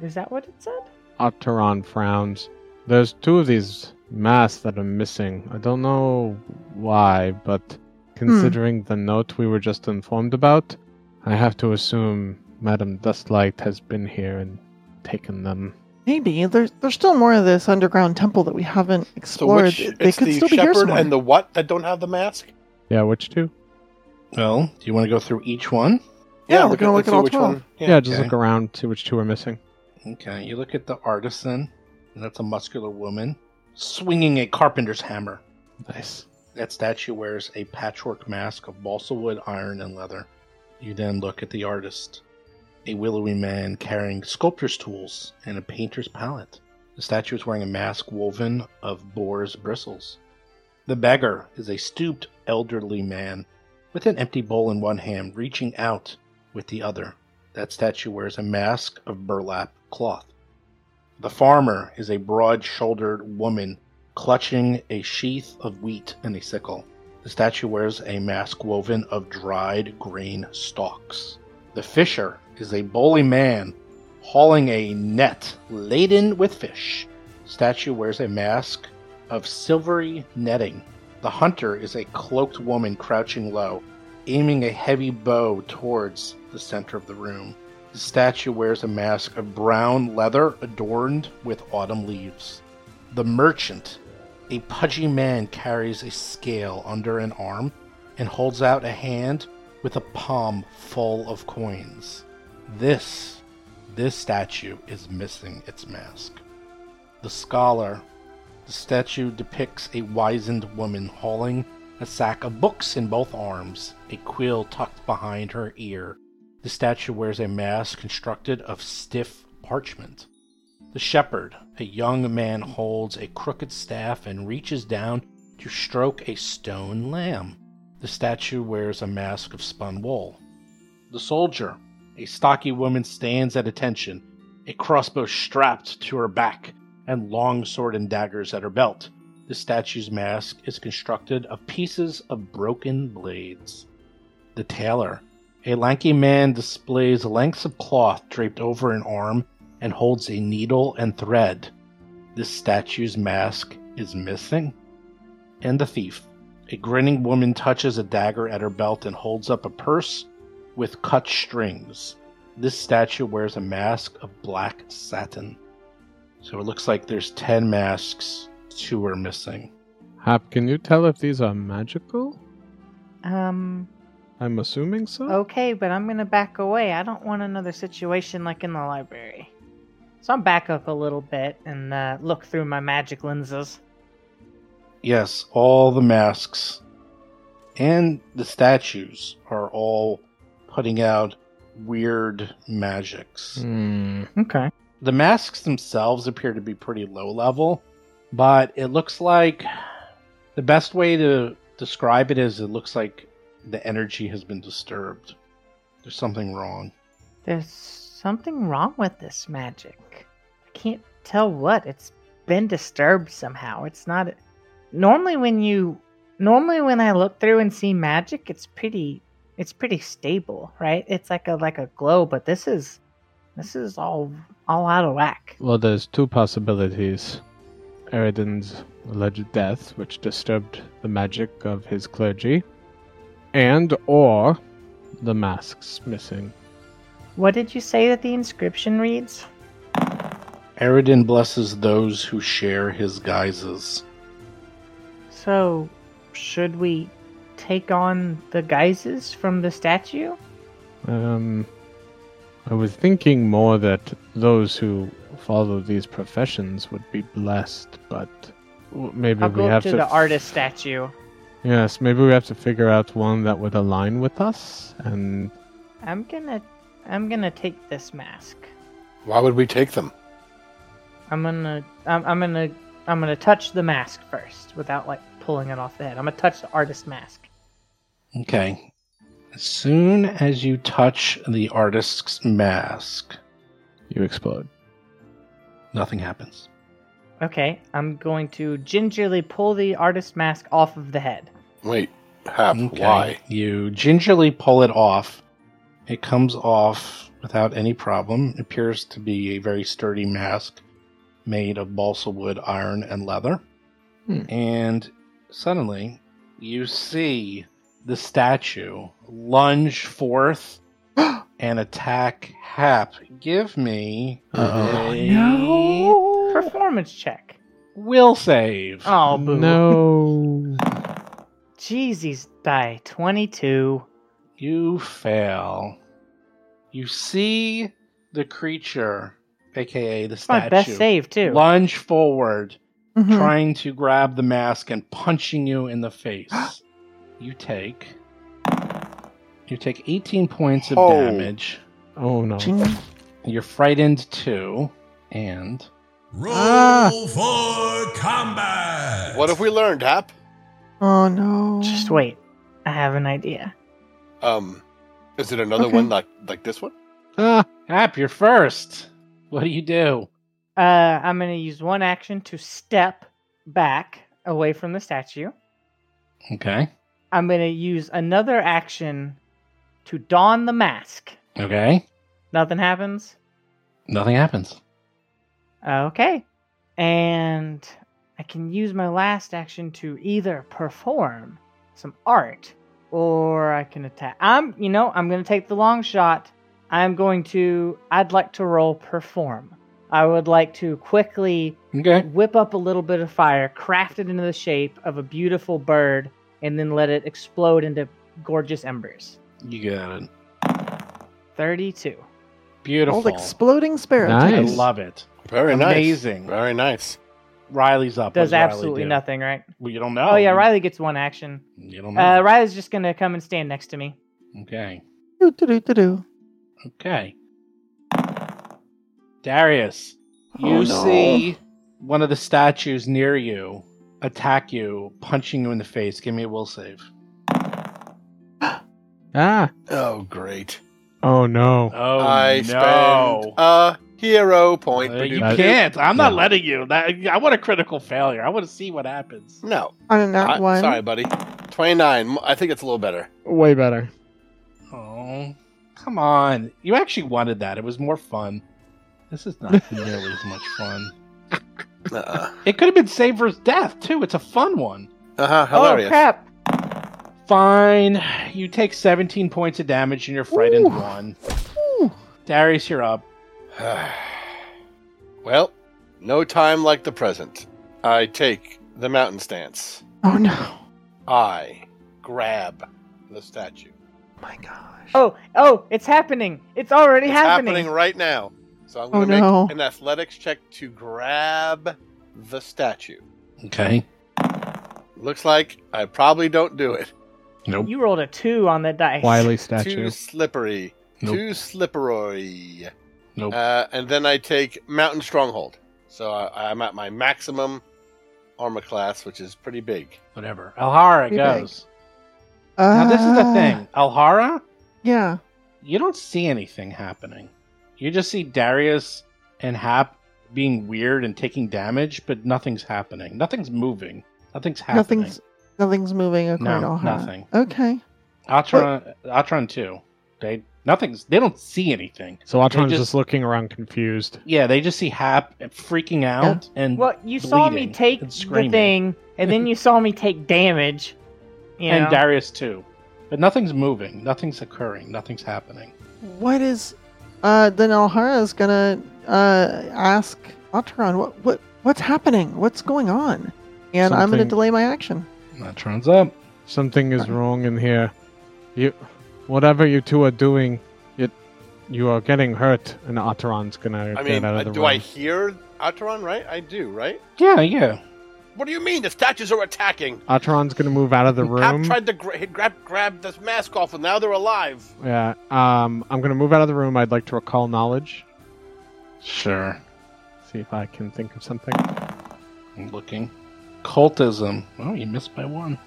Speaker 3: Is that what it said?
Speaker 6: Otteron frowns. There's two of these masks that are missing. I don't know why, but considering the note we were just informed about, I have to assume Madame Dustlight has been here and taken them.
Speaker 5: Maybe there's there's still more of this underground temple that we haven't
Speaker 4: So
Speaker 5: explored.
Speaker 4: which
Speaker 5: they
Speaker 4: it's
Speaker 5: could
Speaker 4: the
Speaker 5: still be here
Speaker 4: shepherd
Speaker 5: somewhere.
Speaker 4: and the what that don't have the mask?
Speaker 6: Yeah, which two?
Speaker 2: Well, do you want to go through each one?
Speaker 5: Yeah, we're
Speaker 4: look
Speaker 5: gonna
Speaker 4: at-
Speaker 5: look
Speaker 4: let's
Speaker 5: at
Speaker 4: see
Speaker 5: all
Speaker 4: which
Speaker 5: 12.
Speaker 4: one.
Speaker 6: Yeah, just
Speaker 2: Okay.
Speaker 6: look around, see which two are missing.
Speaker 2: Okay, you look at the artisan, and that's a muscular woman swinging a carpenter's hammer.
Speaker 6: Nice.
Speaker 2: That statue wears a patchwork mask of balsa wood, iron, and leather. You then look at the artist, a willowy man carrying sculptor's tools and a painter's palette. The statue is wearing a mask woven of boar's bristles. The beggar is a stooped, elderly man with an empty bowl in one hand, reaching out with the other. That statue wears a mask of burlap cloth. The farmer is a broad shouldered woman clutching a sheath of wheat and a sickle. The statue wears a mask woven of dried grain stalks. The fisher is a bowly man hauling a net laden with fish. Statue wears a mask of silvery netting. The hunter is a cloaked woman crouching low, aiming a heavy bow towards the center of the room. The statue wears a mask of brown leather adorned with autumn leaves. The merchant, a pudgy man, carries a scale under an arm and holds out a hand with a palm full of coins. This, this statue is missing its mask. The scholar, the statue depicts a wizened woman hauling a sack of books in both arms, a quill tucked behind her ear. The statue wears a mask constructed of stiff parchment. The shepherd, a young man, holds a crooked staff and reaches down to stroke a stone lamb. The statue wears a mask of spun wool. The soldier, a stocky woman, stands at attention, a crossbow strapped to her back, and long sword and daggers at her belt. The statue's mask is constructed of pieces of broken blades. The tailor, a lanky man, displays lengths of cloth draped over an arm and holds a needle and thread. This statue's mask is missing. And the thief. A grinning woman touches a dagger at her belt and holds up a purse with cut strings. This statue wears a mask of black satin. So it looks like there's 10 masks, two are missing.
Speaker 6: Hap, can you tell if these are magical?
Speaker 3: Um,
Speaker 6: I'm assuming so.
Speaker 3: Oh. okay, but I'm going to back away. I don't want another situation like in the library. So I'm back up a little bit and uh, look through my magic lenses.
Speaker 2: Yes, all the masks and the statues are all putting out weird magics.
Speaker 3: Okay.
Speaker 2: The masks themselves appear to be pretty low level, but it looks like the best way to describe it is it looks like the energy has been disturbed. There's something wrong.
Speaker 3: There's something wrong with this magic. I can't tell what. It's been disturbed somehow. It's not. Normally, when you. Normally, when I look through and see magic, it's pretty. It's pretty stable, right? It's like a like a glow, but this is, this is all all out of whack.
Speaker 6: Well, there's two possibilities. Eridan's alleged death, which disturbed the magic of his clergy, and or the masks missing.
Speaker 3: What did you say that the inscription reads?
Speaker 2: Eridan blesses those who share his guises.
Speaker 3: So, should we take on the guises from the statue?
Speaker 6: Um, I was thinking more that those who follow these professions would be blessed, but w- maybe
Speaker 3: I'll
Speaker 6: we
Speaker 3: go up
Speaker 6: have
Speaker 3: to
Speaker 6: to
Speaker 3: the
Speaker 6: f-
Speaker 3: artist statue.
Speaker 6: Yes, maybe we have to figure out one that would align with us. And
Speaker 3: I'm gonna, I'm gonna take this mask.
Speaker 4: Why would we take them?
Speaker 3: I'm gonna, I'm, I'm gonna, I'm gonna touch the mask first without like pulling it off the head. I'm gonna touch the artist mask.
Speaker 2: Okay. As soon as you touch the artist's mask,
Speaker 6: you explode.
Speaker 2: nothing happens.
Speaker 3: Okay, I'm going to gingerly pull the artist mask off of the head.
Speaker 4: Wait, Hap,
Speaker 2: Okay.
Speaker 4: why?
Speaker 2: You gingerly pull it off. It comes off without any problem. It appears to be a very sturdy mask made of balsa wood, iron, and leather.
Speaker 6: Hmm.
Speaker 2: And suddenly, you see the statue lunge forth and attack Hap. Give me
Speaker 6: Uh-oh.
Speaker 2: a
Speaker 3: Performance check.
Speaker 2: will save.
Speaker 3: Oh boo.
Speaker 6: no.
Speaker 3: Jeezy's die twenty-two.
Speaker 2: You fail. You see the creature, aka the
Speaker 3: That's my
Speaker 2: statue,
Speaker 3: best save too.
Speaker 2: lunge forward,
Speaker 5: Mhm.
Speaker 2: trying to grab the mask and punching you in the face. you take. You take 18 points of
Speaker 4: Oh.
Speaker 2: damage.
Speaker 6: Oh no.
Speaker 5: Ching.
Speaker 2: You're frightened too, and
Speaker 1: Roll
Speaker 5: Ah.
Speaker 1: for combat.
Speaker 4: What have we learned, Hap?
Speaker 5: Oh no.
Speaker 3: Just wait. I have an idea.
Speaker 4: Um, is it another
Speaker 5: Okay.
Speaker 4: one like like this one?
Speaker 6: Ah,
Speaker 2: Hap, you're first. What do you do?
Speaker 3: Uh, I'm going to use one action to step back away from the statue.
Speaker 2: Okay.
Speaker 3: I'm going to use another action to don the mask.
Speaker 2: Okay.
Speaker 3: Nothing happens.
Speaker 2: Nothing happens.
Speaker 3: Okay. And I can use my last action to either perform some art or I can attack. I'm, you know, I'm going to take the long shot. I'm going to, I'd like to roll perform. I would like to quickly
Speaker 2: Okay.
Speaker 3: whip up a little bit of fire, craft it into the shape of a beautiful bird, and then let it explode into gorgeous embers.
Speaker 2: You got it.
Speaker 3: 32.
Speaker 2: Beautiful.
Speaker 5: Old exploding sparrow.
Speaker 6: Nice.
Speaker 2: I love it.
Speaker 4: Very
Speaker 2: Amazing.
Speaker 4: nice. Very nice.
Speaker 2: Riley's up. What
Speaker 3: Does
Speaker 2: Riley
Speaker 3: absolutely
Speaker 2: do?
Speaker 3: nothing, right?
Speaker 2: Well, you don't know.
Speaker 3: Oh, yeah,
Speaker 2: You- Mm.
Speaker 3: Riley gets one action.
Speaker 2: You don't know.
Speaker 3: Uh, Riley's just going to come and stand next to me.
Speaker 2: okay.
Speaker 5: Do, do, do, do, do.
Speaker 2: Okay. Darius, you
Speaker 5: Oh, no.
Speaker 2: see one of the statues near you attack you, punching you in the face. Give me a will save.
Speaker 6: ah.
Speaker 4: Oh, great.
Speaker 6: Oh no.
Speaker 2: Oh
Speaker 4: I
Speaker 2: no!
Speaker 4: spend a hero
Speaker 2: Uh,
Speaker 4: point.
Speaker 2: you
Speaker 6: That-
Speaker 2: can't. I'm not
Speaker 6: No.
Speaker 2: letting you. That, I want a critical failure. I want to see what happens.
Speaker 4: No.
Speaker 5: On that
Speaker 4: I-
Speaker 5: one.
Speaker 4: Sorry, buddy. 29. I think it's a little better.
Speaker 6: Way better.
Speaker 2: Oh, come on! You actually wanted that. It was more fun. This is not nearly as much fun.
Speaker 4: Uh-uh.
Speaker 2: It could have been Saver's death too. It's a fun one.
Speaker 4: Uh-huh, hilarious.
Speaker 3: Oh, crap.
Speaker 2: Fine. You take 17 points of damage and you're frightened
Speaker 5: Ooh.
Speaker 2: one.
Speaker 5: Ooh.
Speaker 2: Darius, you're up.
Speaker 4: well, no time like the present. I take the mountain stance.
Speaker 5: Oh no.
Speaker 4: I grab the statue.
Speaker 5: My gosh.
Speaker 3: Oh, oh, it's happening. It's already
Speaker 4: It's
Speaker 3: happening.
Speaker 4: happening right now. So I'm
Speaker 5: Oh,
Speaker 4: going to make
Speaker 5: no.
Speaker 4: an athletics check to grab the statue.
Speaker 2: Okay.
Speaker 4: Looks like I probably don't do it.
Speaker 2: Nope.
Speaker 3: You rolled a two on that dice.
Speaker 6: Wily
Speaker 4: Too
Speaker 6: statue.
Speaker 4: slippery.
Speaker 2: Nope.
Speaker 4: Too slippery.
Speaker 2: Nope.
Speaker 4: Uh, and then I take Mountain Stronghold. So I, I'm at my maximum armor class, which is pretty big.
Speaker 2: Whatever. Alhara
Speaker 5: Pretty
Speaker 2: goes.
Speaker 5: Uh,
Speaker 2: Now this is the thing. Alhara,
Speaker 5: Yeah.
Speaker 2: you don't see anything happening. You just see Darius and Hap being weird and taking damage, but nothing's happening. Nothing's moving. Nothing's happening.
Speaker 5: Nothing's nothing's moving
Speaker 2: No,
Speaker 5: according to Alhara.
Speaker 2: nothing.
Speaker 5: Okay.
Speaker 2: Atron, Atron too. They nothing's. They don't see anything.
Speaker 6: So Atron's
Speaker 2: just-
Speaker 6: just looking around confused.
Speaker 2: Yeah, they just see Hap freaking out and
Speaker 3: Well, you saw me
Speaker 2: bleeding
Speaker 3: take
Speaker 2: and
Speaker 3: the
Speaker 2: screaming.
Speaker 3: thing, and then you saw me take damage. You
Speaker 2: and
Speaker 3: know?
Speaker 2: Darius too. But nothing's moving. Nothing's occurring. Nothing's happening.
Speaker 5: What is uh then Alhara is gonna uh ask Otteron what what what's happening? What's going on? And I'm gonna
Speaker 6: Something-
Speaker 5: delay my action.
Speaker 2: Atron's up.
Speaker 6: Something is
Speaker 5: Right.
Speaker 6: wrong in here. You, whatever you two are doing, you, you are getting hurt. And Ataran's gonna
Speaker 4: I
Speaker 6: get
Speaker 4: mean,
Speaker 6: out
Speaker 4: uh,
Speaker 6: of the
Speaker 4: do
Speaker 6: room.
Speaker 4: I hear Ataran right? I do, right?
Speaker 2: Yeah, yeah.
Speaker 4: What do you mean? The statues are attacking.
Speaker 6: Ataran's gonna move out of the
Speaker 4: Hap
Speaker 6: room.
Speaker 4: tried to gra- he grab grab this mask off, and now they're alive.
Speaker 6: yeah. Um, I'm gonna move out of the room. I'd like to recall knowledge.
Speaker 2: Sure.
Speaker 6: See if I can think of something.
Speaker 4: Oh.
Speaker 2: I'm looking. Cultism. Oh, you missed by one.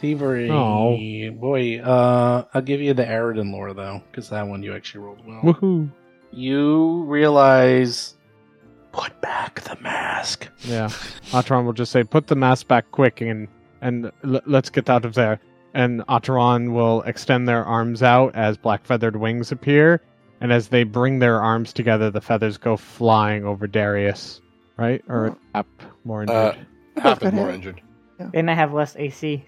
Speaker 2: Thievery.
Speaker 6: Oh.
Speaker 2: Boy, uh, I'll give you the Aridin lore, though, because that one you actually rolled well.
Speaker 6: Woohoo!
Speaker 2: You realize. Put back the mask.
Speaker 6: Yeah. Ataran will just say, "Put the mask back quick, and and l- let's get out of there." And Ataran will extend their arms out as black feathered wings appear, and as they bring their arms together, the feathers go flying over Darius, right?
Speaker 5: Hmm.
Speaker 6: Or up more injured.
Speaker 4: Uh,
Speaker 5: Hap is more
Speaker 4: injured.
Speaker 3: Then I have less AC.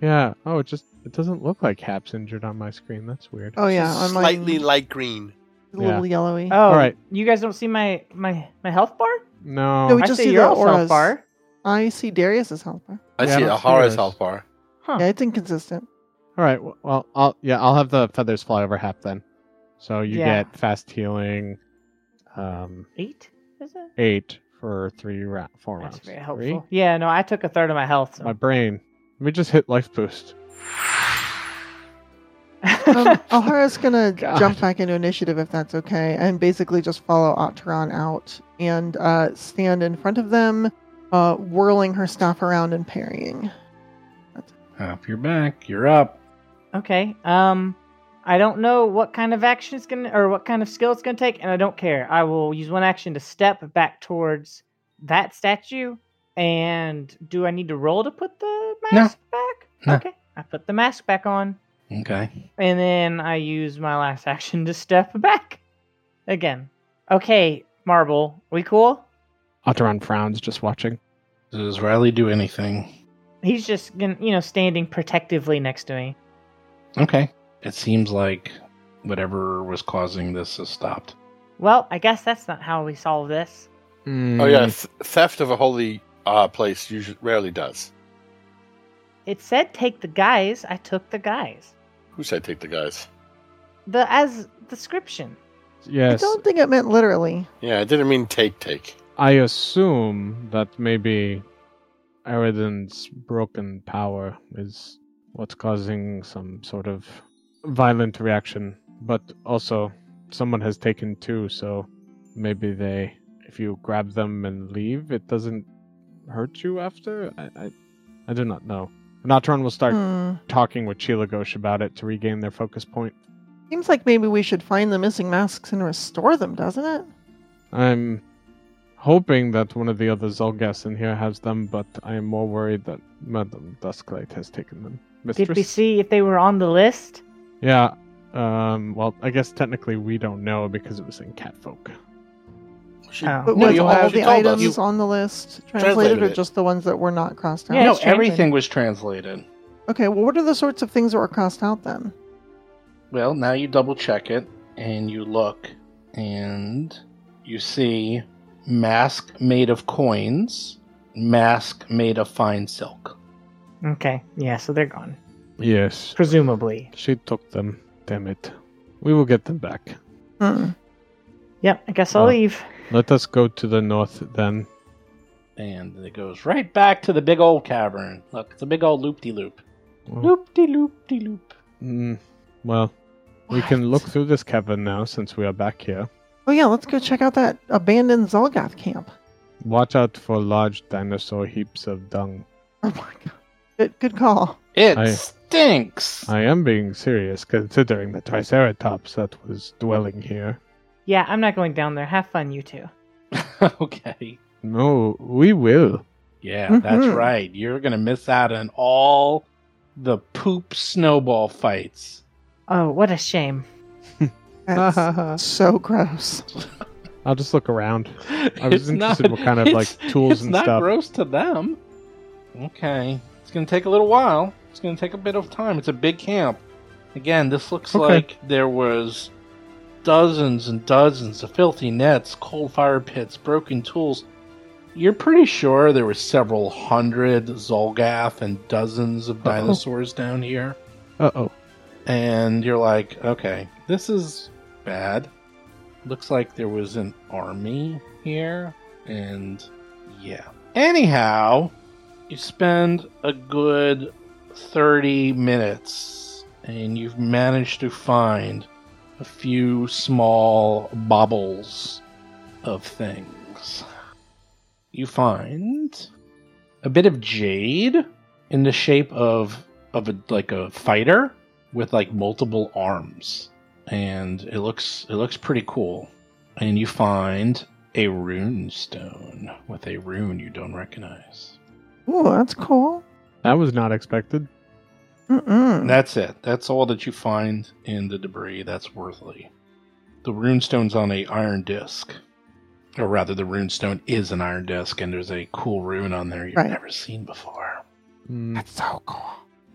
Speaker 6: yeah. Oh, it just it doesn't look like Hap's injured on my screen. That's weird.
Speaker 5: Oh yeah, on my
Speaker 4: slightly light green.
Speaker 5: a little yellowy.
Speaker 3: Oh,
Speaker 6: All right.
Speaker 3: You guys don't see my my my health bar?
Speaker 6: No.
Speaker 5: No, we
Speaker 3: I
Speaker 5: just
Speaker 3: see
Speaker 5: see
Speaker 3: your
Speaker 5: the
Speaker 3: health
Speaker 5: auras.
Speaker 3: bar.
Speaker 5: I see Darius's helper.
Speaker 4: I
Speaker 6: Yeah, I
Speaker 4: see
Speaker 6: don't
Speaker 4: a
Speaker 6: see
Speaker 4: horror's
Speaker 6: those.
Speaker 4: health bar.
Speaker 5: Yeah, it's inconsistent.
Speaker 6: All right. w- Well, I'll yeah, I'll have the feathers fly over Hap then. So you
Speaker 3: Yeah.
Speaker 6: get fast healing, um,
Speaker 3: Eight? Is it?
Speaker 6: eight for three round, four
Speaker 3: That's
Speaker 6: rounds.
Speaker 3: very
Speaker 6: Three?
Speaker 3: helpful. Yeah, no, I took a third of my health. so-
Speaker 6: My brain. Let me just hit life boost.
Speaker 5: Um,
Speaker 3: oh.
Speaker 5: Alhara's gonna
Speaker 6: God.
Speaker 5: jump back into initiative if that's okay, and basically just follow Otteron out and uh, stand in front of them, uh, whirling her staff around and parrying.
Speaker 2: Hop, you're back. You're up.
Speaker 3: Okay. Um, I don't know what kind of action it's gonna or what kind of skill it's gonna take, and I don't care. I will use one action to step back towards that statue. And do I need to roll to put the
Speaker 2: No.
Speaker 3: mask back?
Speaker 2: No.
Speaker 3: Okay. I put the mask back on,
Speaker 2: Okay.
Speaker 3: and then I use my last action to step back again. Okay, Marble, we cool?
Speaker 6: Otteron frowns, just watching.
Speaker 2: Does Riley do anything?
Speaker 3: He's just gonna, you know, standing protectively next to me.
Speaker 2: Okay. It seems like whatever was causing this has stopped.
Speaker 3: Well, I guess that's not how we solve this.
Speaker 4: Oh yeah,
Speaker 6: Mm.
Speaker 4: th- theft of a holy uh, place usually rarely does.
Speaker 3: It said take the guys. I took the guys.
Speaker 4: Who said take the guys?
Speaker 3: The as description.
Speaker 5: I
Speaker 6: Mm, Yes.
Speaker 5: don't think it meant literally.
Speaker 4: Yeah, I didn't mean take take.
Speaker 6: I assume that maybe Eridan's broken power is what's causing some sort of violent reaction. But also, someone has taken two, so maybe they, if you grab them and leave, it doesn't hurt you after? I, I, I do not know. Natron will start
Speaker 5: Hmm.
Speaker 6: talking with Chilagosh about it to regain their focus point.
Speaker 5: Seems like maybe we should find the missing masks and restore them, doesn't it?
Speaker 6: I'm hoping that one of the other Zolgas in here has them, but I am more worried that Madame Dusklight has taken them.
Speaker 3: Did we
Speaker 6: Mistress?
Speaker 3: see if they were on the list?
Speaker 6: yeah. Um, well, I guess technically we don't know because it was in Catfolk.
Speaker 4: She,
Speaker 3: Oh.
Speaker 5: But
Speaker 2: No,
Speaker 5: was
Speaker 2: you
Speaker 5: all
Speaker 2: have-
Speaker 4: she
Speaker 5: the
Speaker 4: told us.
Speaker 5: items
Speaker 4: You-
Speaker 5: on the list translated,
Speaker 4: translated
Speaker 5: or
Speaker 4: it.
Speaker 5: just the ones that were not crossed out?
Speaker 3: Yeah,
Speaker 2: no,
Speaker 3: it's translated.
Speaker 2: everything was translated.
Speaker 5: Okay, well, what are the sorts of things that were crossed out then?
Speaker 2: Well, now you double check it and you look and you see mask made of coins, mask made of fine silk.
Speaker 3: Okay. Yeah. So they're gone.
Speaker 6: Yes.
Speaker 3: Presumably.
Speaker 6: She took them. Damn it. We will get them back.
Speaker 5: Hmm.
Speaker 3: Yep, I guess I'll
Speaker 6: Oh.
Speaker 3: leave.
Speaker 6: Let us go to the north then.
Speaker 2: And it goes right back to the big old cavern. Look, it's a big old loop de loop.
Speaker 6: Well,
Speaker 2: Loop de loop de loop.
Speaker 6: mm, well, we can
Speaker 3: What?
Speaker 6: look through this cavern now since we are back here.
Speaker 5: Oh yeah, let's go check out that abandoned Zolgath camp.
Speaker 6: Watch out for large dinosaur heaps of dung.
Speaker 5: Oh my god. Good, good call.
Speaker 2: It
Speaker 6: I-
Speaker 2: stinks.
Speaker 6: I am being serious considering the triceratops that was dwelling here.
Speaker 3: Yeah, I'm not going down there. Have fun, you two.
Speaker 2: okay.
Speaker 6: No, we will.
Speaker 2: Yeah, that's
Speaker 6: Mm-hmm.
Speaker 5: Mhm.
Speaker 2: right. You're gonna miss out on all the poop snowball fights.
Speaker 3: Oh, what a shame.
Speaker 5: That's so gross.
Speaker 6: I'll just look around. I
Speaker 2: It's
Speaker 6: was interested what kind of, like,
Speaker 2: it's-
Speaker 6: tools
Speaker 2: it's
Speaker 6: and
Speaker 2: not
Speaker 6: stuff.
Speaker 2: gross to them. Okay, it's gonna take a little while. It's gonna take a bit of time. It's a big camp. Again, this looks
Speaker 6: Okay.
Speaker 2: like there was dozens and dozens of filthy nets, cold fire pits, broken tools. You're pretty sure there were several hundred Zolgath and dozens of
Speaker 6: Uh-oh.
Speaker 2: dinosaurs down here.
Speaker 6: Uh oh.
Speaker 2: and you're like, okay, this is bad. Looks like there was an army here, and yeah. Anyhow, you spend a good 30 minutes and you've managed to find a few small bobbles of things. You find a bit of jade in the shape of of a, like a fighter with like multiple arms and it looks it looks pretty cool and you find a rune stone with a rune you don't recognize
Speaker 5: Ooh, that's cool.
Speaker 6: That was not expected.
Speaker 5: Mm-mm.
Speaker 2: that's it that's all that you find in the debris that's worthly the rune stone's on a iron disc or rather the rune stone is an iron disc and there's a cool rune on there you've
Speaker 5: Right.
Speaker 2: never seen before
Speaker 6: Mm,
Speaker 5: That's so cool.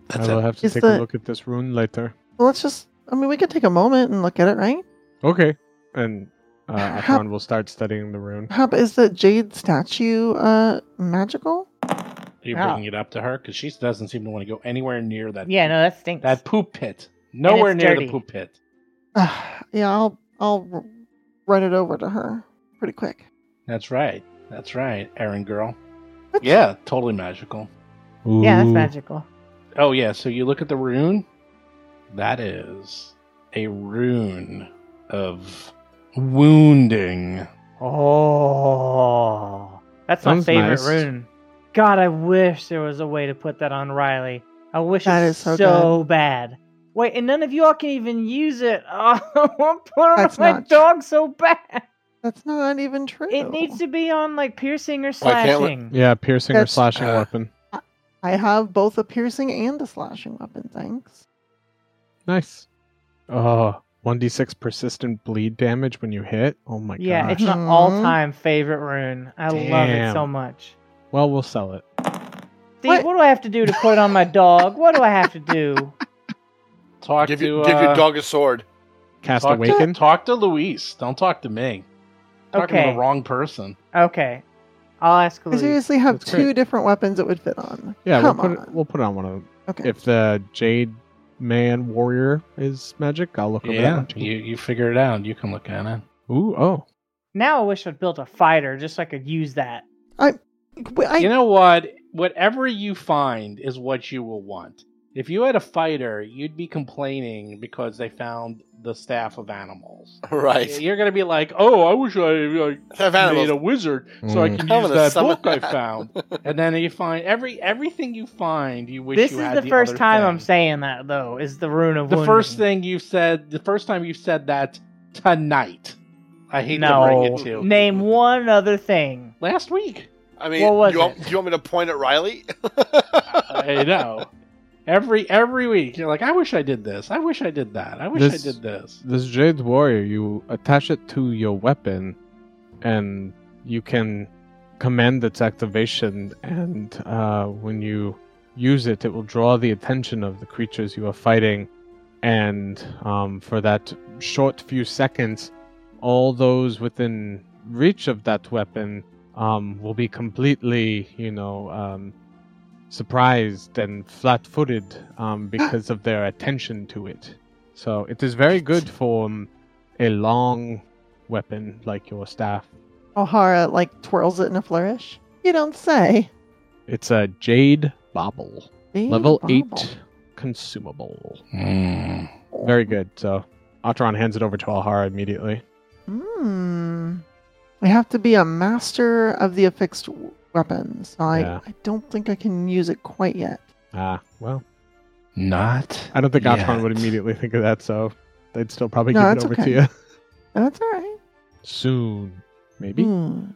Speaker 2: that's
Speaker 6: I will
Speaker 2: it
Speaker 6: have to
Speaker 5: Is
Speaker 6: take a
Speaker 5: the-
Speaker 6: look at this rune later.
Speaker 5: Well, let's just. I mean, we could take a moment and look at it, right?
Speaker 6: Okay. And uh,
Speaker 5: How-
Speaker 6: Atron will start studying the rune.
Speaker 5: How about- is the jade statue uh magical?
Speaker 2: are you
Speaker 3: Yeah.
Speaker 2: bringing it up to her because she doesn't seem to want to go anywhere near that
Speaker 3: Yeah, no, that stinks.
Speaker 2: that poop pit nowhere near
Speaker 3: dirty.
Speaker 2: the poop pit
Speaker 5: yeah, I'll I'll r- run it over to her pretty quick.
Speaker 2: That's right. That's right, Aaron girl.
Speaker 5: What?
Speaker 2: Yeah, totally magical.
Speaker 3: yeah, that's
Speaker 6: Ooh.
Speaker 3: magical.
Speaker 2: Oh yeah, so you look at the rune. That is a rune of wounding.
Speaker 3: Oh, that's my
Speaker 6: Sounds
Speaker 3: favorite
Speaker 6: nice.
Speaker 3: rune. God, I wish there was a way to put that on Riley. I wish
Speaker 5: That
Speaker 3: it's
Speaker 5: is so
Speaker 3: bad. Wait, and none of y'all can even use it. Oh, I want to put it
Speaker 5: That's
Speaker 3: on my
Speaker 5: not true.
Speaker 3: dog so bad.
Speaker 5: That's not even true.
Speaker 3: It needs to be on like piercing or
Speaker 4: Why can't we-
Speaker 3: slashing.
Speaker 6: Yeah, piercing or
Speaker 5: That's-
Speaker 6: slashing
Speaker 4: uh,
Speaker 6: weapon.
Speaker 5: I have both a piercing and a slashing weapon. Thanks.
Speaker 6: Nice. Oh, 1d6 persistent bleed damage when you hit. Oh my
Speaker 3: Yeah,
Speaker 6: gosh.
Speaker 3: it's my
Speaker 5: Mhm.
Speaker 3: all-time favorite rune. I love it so
Speaker 6: Damn.
Speaker 3: much.
Speaker 6: Well, we'll sell it.
Speaker 3: Steve, what?
Speaker 5: What?
Speaker 3: do I have to do to put it on my dog? What do I have to do?
Speaker 2: Talk
Speaker 4: Give,
Speaker 2: to
Speaker 4: your- give your
Speaker 2: uh,
Speaker 4: dog a sword.
Speaker 6: Cast
Speaker 2: talk to,
Speaker 6: awaken.
Speaker 2: talk to Luis. Don't talk to me. Talking to
Speaker 3: Okay.
Speaker 2: the wrong person.
Speaker 3: Okay, I'll ask
Speaker 5: I
Speaker 3: Louise.
Speaker 5: seriously have
Speaker 6: That's
Speaker 5: two
Speaker 6: great.
Speaker 5: different weapons it would fit on.
Speaker 6: Yeah, we'll
Speaker 5: Come
Speaker 6: put,
Speaker 5: on.
Speaker 6: it, we'll put it on one of them.
Speaker 5: okay.
Speaker 6: If the Jade Man Warrior is magic, I'll look over that
Speaker 2: Yeah,
Speaker 6: one too.
Speaker 2: you, you figure it out. You can look at it.
Speaker 6: Ooh, oh.
Speaker 3: Now I wish I'd built a fighter just so I could use that.
Speaker 5: Wait, I,
Speaker 2: you know what? Whatever you find is what you will want. If you had a fighter, you'd be complaining because they found the staff of animals.
Speaker 4: Right.
Speaker 2: You're gonna be like, "Oh, I wish I,
Speaker 4: Have
Speaker 2: I made
Speaker 4: animals.
Speaker 2: a wizard so I
Speaker 6: Mm.
Speaker 2: can
Speaker 4: I'm
Speaker 2: use
Speaker 4: gonna
Speaker 2: that
Speaker 4: summon
Speaker 2: book I
Speaker 4: that.
Speaker 2: found." And then you find every everything you find, you wish
Speaker 3: This
Speaker 2: you
Speaker 3: is
Speaker 2: had
Speaker 3: the, first
Speaker 2: other
Speaker 3: time
Speaker 2: thing.
Speaker 3: I'm saying that though. Is the rune of
Speaker 2: the
Speaker 3: wounding.
Speaker 2: first thing you said. The first time you said that tonight. I hate to bring
Speaker 3: No,
Speaker 2: it to you.
Speaker 3: name one other thing.
Speaker 2: last week.
Speaker 4: I mean,
Speaker 3: What was
Speaker 4: you want,
Speaker 3: it?
Speaker 4: do you want me to point at Riley?
Speaker 2: I know. Every every week, you're like, I wish I did this. I wish I did that. I wish
Speaker 6: This-
Speaker 2: I did this.
Speaker 6: This Jade Warrior, you attach it to your weapon and you can command its activation. And uh, when you use it, it will draw the attention of the creatures you are fighting. And um, for that short few seconds, all those within reach of that weapon um, will be completely, you know, um, surprised and flat footed um, because of their attention to it. So it is very good for um, a long weapon like your staff.
Speaker 5: O'Hara like twirls it in a flourish. You don't say.
Speaker 6: It's a jade bobble,
Speaker 5: Big
Speaker 6: level
Speaker 5: bobble.
Speaker 6: eight consumable.
Speaker 2: Hmm.
Speaker 6: Very good. So Atron hands it over to Alhara immediately.
Speaker 5: Hmm. I have to be a master of the affixed weapons. I
Speaker 6: Yeah.
Speaker 5: I don't think I can use it quite yet.
Speaker 6: Ah, well,
Speaker 2: Not.
Speaker 6: I don't think
Speaker 2: yet.
Speaker 6: Atron would immediately think of that, so they'd still probably
Speaker 5: No,
Speaker 6: give it
Speaker 5: that's
Speaker 6: over to
Speaker 5: okay.
Speaker 6: you
Speaker 5: That's all right.
Speaker 6: soon, maybe.
Speaker 5: Hmm. Um,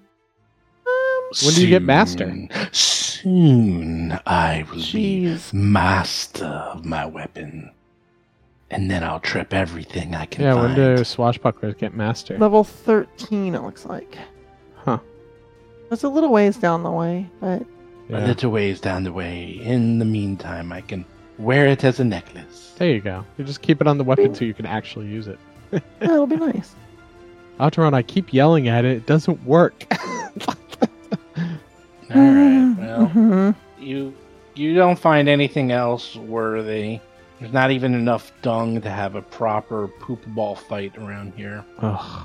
Speaker 6: When do you get master?
Speaker 2: Soon- Soon I will be
Speaker 5: jeez.
Speaker 2: master of my weapon. And then I'll trip everything I can
Speaker 6: Yeah, when
Speaker 2: find.
Speaker 6: do swashbucklers get master?
Speaker 5: Level 13, it looks like.
Speaker 6: Huh.
Speaker 5: It's a little ways down the way, but
Speaker 2: A
Speaker 6: Yeah.
Speaker 2: little ways down the way. In the meantime, I can wear it as a necklace.
Speaker 6: There you go. You just keep it on the weapon so you can actually use it.
Speaker 5: yeah, it'll be nice.
Speaker 6: Atron, I keep yelling at it. It doesn't work.
Speaker 2: All right. Well,
Speaker 5: Mhm.
Speaker 2: you you don't find anything else worthy. There's not even enough dung to have a proper poop ball fight around here.
Speaker 6: Ugh.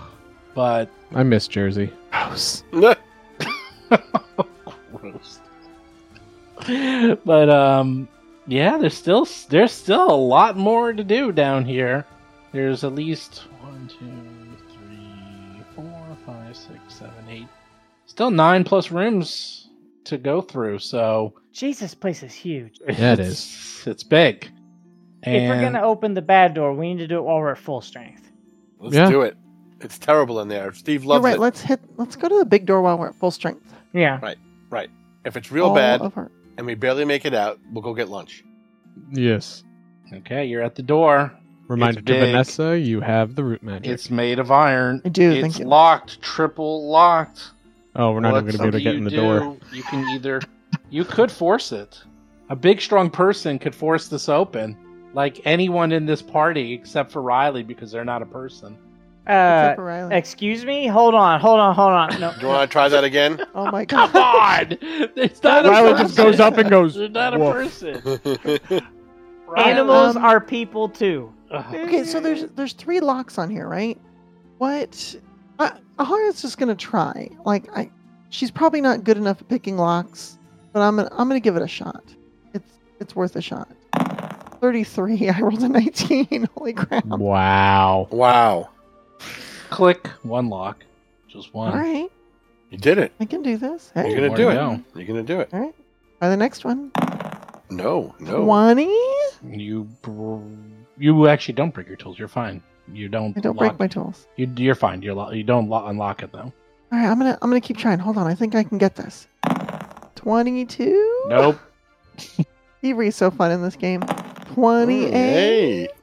Speaker 2: But
Speaker 6: I miss Jersey.
Speaker 2: gross,
Speaker 4: Nah,
Speaker 2: gross. But um, yeah, there's still there's still a lot more to do down here. There's at least one, two, three, four, five, six, seven, eight. Still nine plus rooms to go through. So
Speaker 3: Jesus, place is huge.
Speaker 6: Yeah, it
Speaker 2: is. It's big.
Speaker 3: If we're
Speaker 2: And-
Speaker 3: gonna open the bad door, we need to do it while we're at full strength.
Speaker 4: Let's
Speaker 6: Yeah.
Speaker 4: do it. It's terrible in there. Steve
Speaker 5: You're
Speaker 4: loves
Speaker 5: right.
Speaker 4: it.
Speaker 5: Let's hit. Let's go to the big door while we're at full strength.
Speaker 3: Yeah.
Speaker 4: If it's real
Speaker 5: All
Speaker 4: bad
Speaker 5: of our-
Speaker 4: and we barely make it out, we'll go get lunch.
Speaker 6: Yes.
Speaker 2: Okay, you're at the door.
Speaker 6: Reminder
Speaker 2: It's
Speaker 6: to
Speaker 2: big.
Speaker 6: Vanessa, you have the root magic.
Speaker 2: It's made of iron.
Speaker 5: I do,
Speaker 2: It's
Speaker 5: thank you.
Speaker 2: locked, triple locked.
Speaker 6: oh, we're not even
Speaker 2: What
Speaker 6: going to be able to
Speaker 2: do
Speaker 6: get
Speaker 2: you
Speaker 6: in the
Speaker 2: do?
Speaker 6: door.
Speaker 2: You can either, you could force it. A big, strong person could force this open, like anyone in this party except for Riley because they're not a person.
Speaker 3: Uh,
Speaker 5: except for Riley.
Speaker 3: excuse me. Hold on. Hold on. Hold on. No.
Speaker 4: Do you want to try that again?
Speaker 5: oh my god.
Speaker 2: Come on, it's not a
Speaker 6: Riley
Speaker 2: person.
Speaker 6: just goes up and goes.
Speaker 2: They're not a
Speaker 6: "Woof."
Speaker 2: person. Riley-
Speaker 3: Animals
Speaker 5: Um,
Speaker 3: are people too.
Speaker 2: Ugh.
Speaker 5: Okay, so there's
Speaker 3: Mm-hmm.
Speaker 5: there's three locks on here, right? What? I, Ahara's just gonna try. Like I, she's probably not good enough at picking locks, but I'm gonna I'm gonna give it a shot. It's it's worth a shot. Thirty three. I rolled a nineteen. Holy crap!
Speaker 6: Wow.
Speaker 4: wow.
Speaker 2: click one lock, just
Speaker 5: All
Speaker 2: one.
Speaker 5: right,
Speaker 4: You did it.
Speaker 5: I can do this.
Speaker 4: You're
Speaker 5: Hey,
Speaker 4: going to
Speaker 2: More
Speaker 4: do
Speaker 2: to
Speaker 4: it.
Speaker 2: go.
Speaker 4: You're going to do it.
Speaker 5: try the next one.
Speaker 4: No, no.
Speaker 5: Twenty.
Speaker 2: You br- you actually don't break your tools. You're fine. You don't.
Speaker 5: I don't
Speaker 2: lock
Speaker 5: break my tools.
Speaker 2: You, you're fine. You're lo- you don't lo- unlock it though.
Speaker 5: All right, I'm gonna I'm gonna keep trying. Hold on, I think I can get this. Twenty two.
Speaker 2: Nope.
Speaker 5: Thievery's so fun in this game. Twenty eight.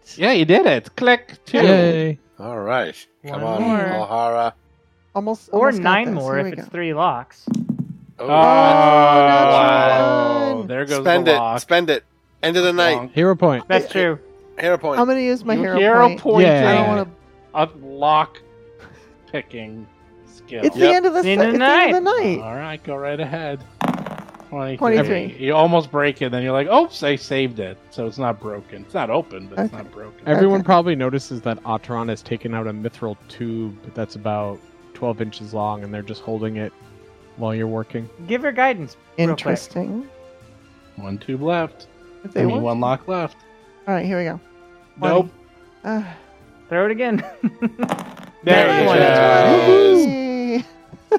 Speaker 4: Hey.
Speaker 2: yeah, you did it. Click two.
Speaker 6: Yay.
Speaker 4: All right. Come
Speaker 3: One
Speaker 4: on,
Speaker 3: more.
Speaker 4: O'Hara.
Speaker 5: Almost.
Speaker 3: Or
Speaker 5: almost got
Speaker 3: nine
Speaker 5: this.
Speaker 3: more
Speaker 5: Here
Speaker 3: if
Speaker 5: we
Speaker 3: it's
Speaker 5: go.
Speaker 3: three locks.
Speaker 4: Oh,
Speaker 5: natural one.
Speaker 2: There goes
Speaker 4: Spend
Speaker 2: the
Speaker 4: it.
Speaker 2: lock.
Speaker 4: Spend it. End of the night.
Speaker 2: Bonk.
Speaker 6: Hero point.
Speaker 3: That's true.
Speaker 4: Hero point.
Speaker 5: I'm gonna use my
Speaker 2: You
Speaker 5: hero,
Speaker 2: hero
Speaker 5: point.
Speaker 2: point.
Speaker 6: Yeah.
Speaker 5: I
Speaker 6: I
Speaker 5: don't
Speaker 2: Yeah.
Speaker 5: want
Speaker 2: A
Speaker 5: to.
Speaker 2: lock picking skill.
Speaker 5: It's the
Speaker 4: Yep.
Speaker 5: end of the,
Speaker 3: End
Speaker 5: si-
Speaker 3: of
Speaker 5: it's
Speaker 3: the
Speaker 5: the end of the night.
Speaker 2: All right, go right ahead. 23.
Speaker 5: 23.
Speaker 2: You almost break it, then you're like, "Oops, I saved it." So it's not broken. It's not open, but it's
Speaker 5: Okay.
Speaker 2: not broken.
Speaker 6: Everyone
Speaker 5: Okay.
Speaker 6: probably notices that Atron has taken out a mithril tube that's about 12 inches long, and they're just holding it while you're working.
Speaker 3: Give her guidance. real quick.
Speaker 5: Interesting.
Speaker 2: One tube left.
Speaker 5: If
Speaker 2: I
Speaker 5: they
Speaker 2: mean,
Speaker 5: want.
Speaker 2: one lock left.
Speaker 5: All right, here we go.
Speaker 2: Nope.
Speaker 5: Uh,
Speaker 3: Throw it again.
Speaker 2: There
Speaker 3: That
Speaker 2: you
Speaker 3: one.
Speaker 5: Uh,
Speaker 2: go.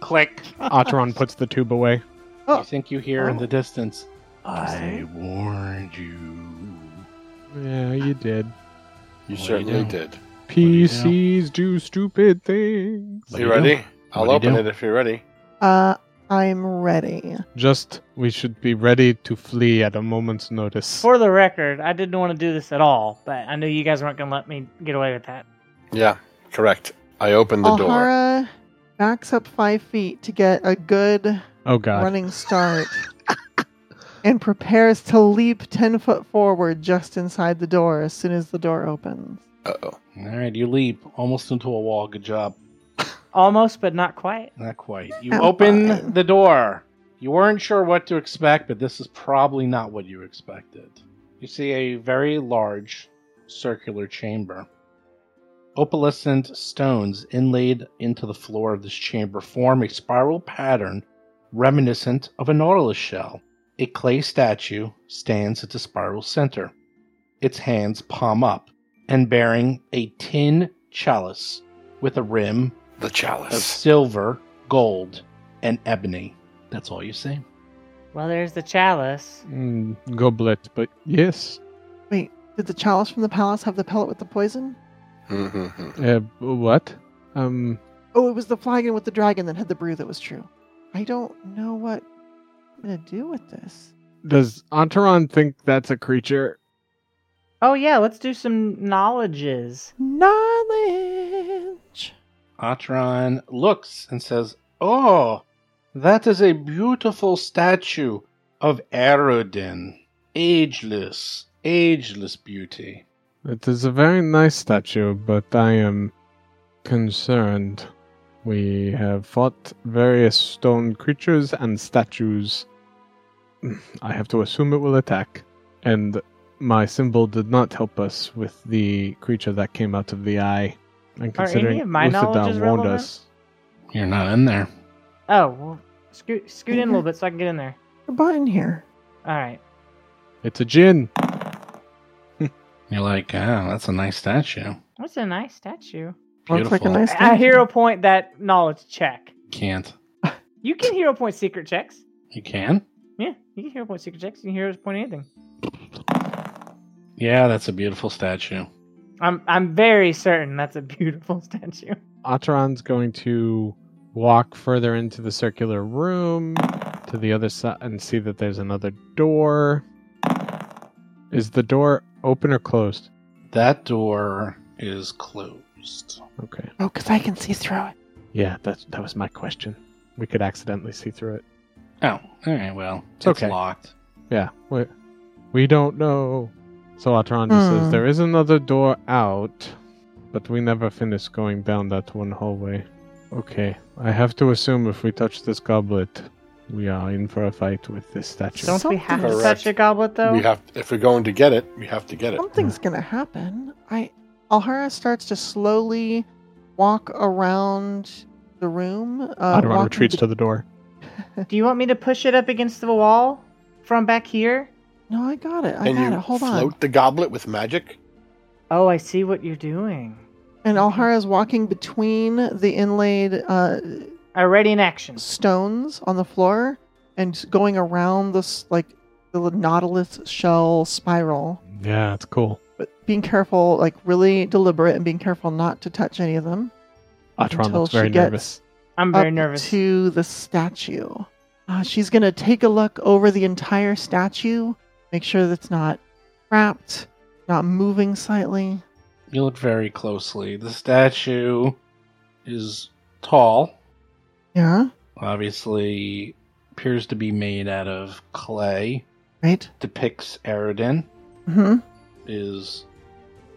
Speaker 2: Click.
Speaker 6: Atron puts the tube away.
Speaker 5: Oh.
Speaker 2: You think you hear in
Speaker 5: Oh.
Speaker 2: the distance?
Speaker 5: sorry.
Speaker 2: I warned you.
Speaker 6: Yeah, you did.
Speaker 4: You
Speaker 2: What do you
Speaker 4: certainly
Speaker 2: do?
Speaker 4: did.
Speaker 6: PCs do stupid things.
Speaker 2: What
Speaker 4: you
Speaker 2: do you do?
Speaker 4: ready? I'll
Speaker 2: What do you
Speaker 4: open
Speaker 2: do?
Speaker 4: it if you're ready.
Speaker 5: uh, I'm ready.
Speaker 6: Just, we should be ready to flee at a moment's notice.
Speaker 3: For the record, I didn't want to do this at all, but I knew you guys weren't going to let me get away with that.
Speaker 4: Yeah, correct. I opened the door.
Speaker 5: Alhara backs up five feet to get a good
Speaker 6: Oh, God.
Speaker 5: running start and prepares to leap 10 foot forward just inside the door as soon as the door opens.
Speaker 4: Uh-oh.
Speaker 2: All right, you leap almost into a wall. Good job.
Speaker 3: Almost, but not quite.
Speaker 2: Not quite. You
Speaker 5: I'm
Speaker 2: open
Speaker 5: fine.
Speaker 2: the door. You weren't sure what to expect, but this is probably not what you expected. You see a very large circular chamber. opalescent stones inlaid into the floor of this chamber form a spiral pattern reminiscent of a nautilus shell. A clay statue stands at the spiral center, its hands palm up, and bearing a tin chalice with a rim
Speaker 4: The
Speaker 2: of
Speaker 4: chalice.
Speaker 2: silver, gold, and ebony. That's all you see.
Speaker 3: Well, there's the chalice.
Speaker 6: Mm, goblet, but yes.
Speaker 5: Wait, did the chalice from the palace have the pellet with the poison?
Speaker 4: Mm-hmm.
Speaker 6: Uh, what? Um,
Speaker 5: Oh, it was the flagon with the dragon that had the brew that was true. I don't know what I'm gonna do with this.
Speaker 6: does Antaron think that's a creature?
Speaker 3: Oh yeah, let's do some knowledges.
Speaker 5: Knowledge.
Speaker 2: Atron looks and says, Oh, that is a beautiful statue of Aerodin. Ageless, ageless beauty.
Speaker 6: It is a very nice statue, but I am concerned. We have fought various stone creatures and statues. I have to assume it will attack, and my symbol did not help us with the creature that came out of the eye. And
Speaker 3: Are any
Speaker 6: considering
Speaker 3: of my
Speaker 6: Usadom
Speaker 3: knowledges
Speaker 6: warned
Speaker 3: relevant?
Speaker 6: us,
Speaker 2: You're not in there.
Speaker 3: Oh, well, scoot, scoot in a little bit so I can get in there.
Speaker 5: Your button here.
Speaker 3: All right.
Speaker 6: it's a djinn.
Speaker 2: You're like, Oh, that's a nice statue.
Speaker 3: That's a nice statue.
Speaker 5: Looks like a
Speaker 2: Beautiful.
Speaker 5: nice.
Speaker 3: I, I
Speaker 5: statue.
Speaker 3: hero point that knowledge check.
Speaker 2: Can't.
Speaker 3: You can hero point secret checks.
Speaker 2: You can?
Speaker 3: Yeah, you can hero point secret checks. You can hero point anything.
Speaker 2: Yeah, that's a beautiful statue.
Speaker 3: I'm I'm very certain that's a beautiful statue.
Speaker 6: Ataran's going to walk further into the circular room to the other side and see that there's another door. Is the door open or closed?
Speaker 2: That door is closed.
Speaker 6: Okay.
Speaker 5: Oh, because I can see through it.
Speaker 6: Yeah, that that was my question. We could accidentally see through it.
Speaker 2: Oh, all right, well, it's,
Speaker 6: It's okay.
Speaker 2: locked.
Speaker 6: Yeah. We we don't know. So Ataran just
Speaker 5: Hmm.
Speaker 6: says there is another door out, but we never finished going down that one hallway. Okay. I have to assume if we touch this goblet, we are in for a fight with this statue.
Speaker 3: Don't we have to
Speaker 4: Correct.
Speaker 3: touch a goblet though?
Speaker 4: We have, if we're going to get it, we have to get it.
Speaker 6: uh,
Speaker 5: Something's gonna happen. I Alhara starts to slowly walk around the room. Uh,
Speaker 6: Ataran
Speaker 5: walking
Speaker 6: retreats
Speaker 5: the-
Speaker 6: to the door.
Speaker 3: Do you want me to push it up against the wall from back here?
Speaker 5: No, I got it. I
Speaker 4: and
Speaker 5: got
Speaker 4: you
Speaker 5: it. Hold
Speaker 4: float
Speaker 5: on.
Speaker 4: the goblet with magic.
Speaker 3: Oh, I see what you're doing.
Speaker 5: And Alhara is walking between the inlaid uh,
Speaker 3: Already in action.
Speaker 5: stones on the floor and going around this like the nautilus shell spiral,
Speaker 6: Yeah, it's cool.
Speaker 5: but being careful, like really deliberate, and being careful not to touch any of them.
Speaker 6: Atron
Speaker 5: Until
Speaker 6: looks very
Speaker 5: she gets-
Speaker 6: nervous.
Speaker 3: I'm very
Speaker 5: up
Speaker 3: nervous.
Speaker 5: to the statue. Uh, she's gonna take a look over the entire statue, make sure that's not wrapped, not moving slightly.
Speaker 2: You look very closely. The statue is tall,
Speaker 5: Yeah,
Speaker 2: obviously appears to be made out of clay,
Speaker 5: right.
Speaker 2: depicts Aridin,
Speaker 5: hmm
Speaker 2: is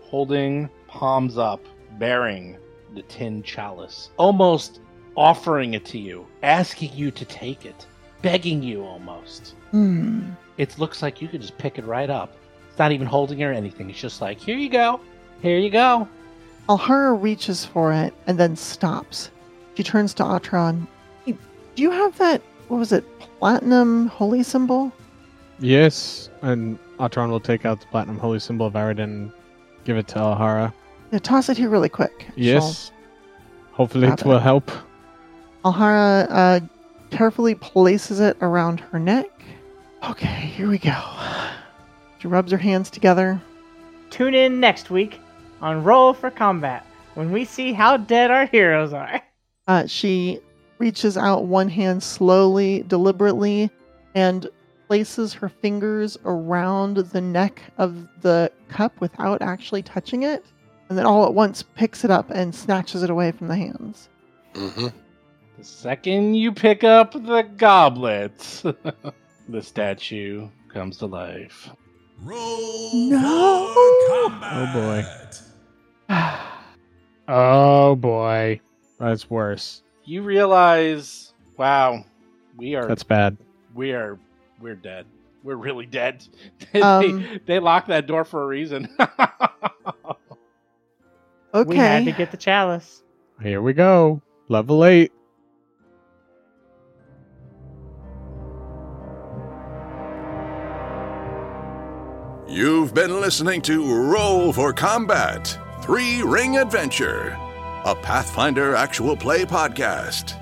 Speaker 2: holding palms up, bearing the tin chalice, almost offering it to you, asking you to take it, begging you almost.
Speaker 5: Hmm.
Speaker 2: It looks like you could just pick it right up. It's not even holding or anything. It's just like, here you go, here you go.
Speaker 5: Alhara reaches for it and then stops. She turns to Atron. "Hey, Do you have that? What was it? Platinum holy symbol?
Speaker 6: Yes, and Atron will take out the platinum holy symbol of Aridin and give it to Alhara.
Speaker 5: Yeah, toss it here really quick.
Speaker 6: Yes. Hopefully
Speaker 5: Grab
Speaker 6: it
Speaker 5: it.
Speaker 6: will help.
Speaker 5: She'll- Alhara uh, carefully places it around her neck. Okay, here we go. She rubs her hands together.
Speaker 3: Tune in next week on Roll for Combat when we see how dead our heroes are.
Speaker 5: Uh, she reaches out one hand slowly, deliberately, and places her fingers around the neck of the cup without actually touching it, and then all at once picks it up and snatches it away from the hands.
Speaker 4: Mm-hmm.
Speaker 2: The second you pick up the goblet, the statue comes to life.
Speaker 1: Roll
Speaker 5: No.
Speaker 1: for
Speaker 6: Oh,
Speaker 1: combat.
Speaker 6: boy.
Speaker 5: Wait,
Speaker 6: Oh boy. That's worse.
Speaker 2: You realize, wow, we are
Speaker 6: That's bad.
Speaker 2: we are we're dead. We're really dead. they,
Speaker 5: Um.
Speaker 2: they locked that door for a reason.
Speaker 5: Okay.
Speaker 3: We had to get the chalice.
Speaker 6: Here we go. Level 8.
Speaker 1: You've been listening to Roll for Combat Three Ring Adventure, a Pathfinder actual play podcast.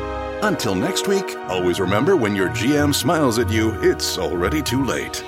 Speaker 1: Until next week, always remember when your GM smiles at you, it's already too late.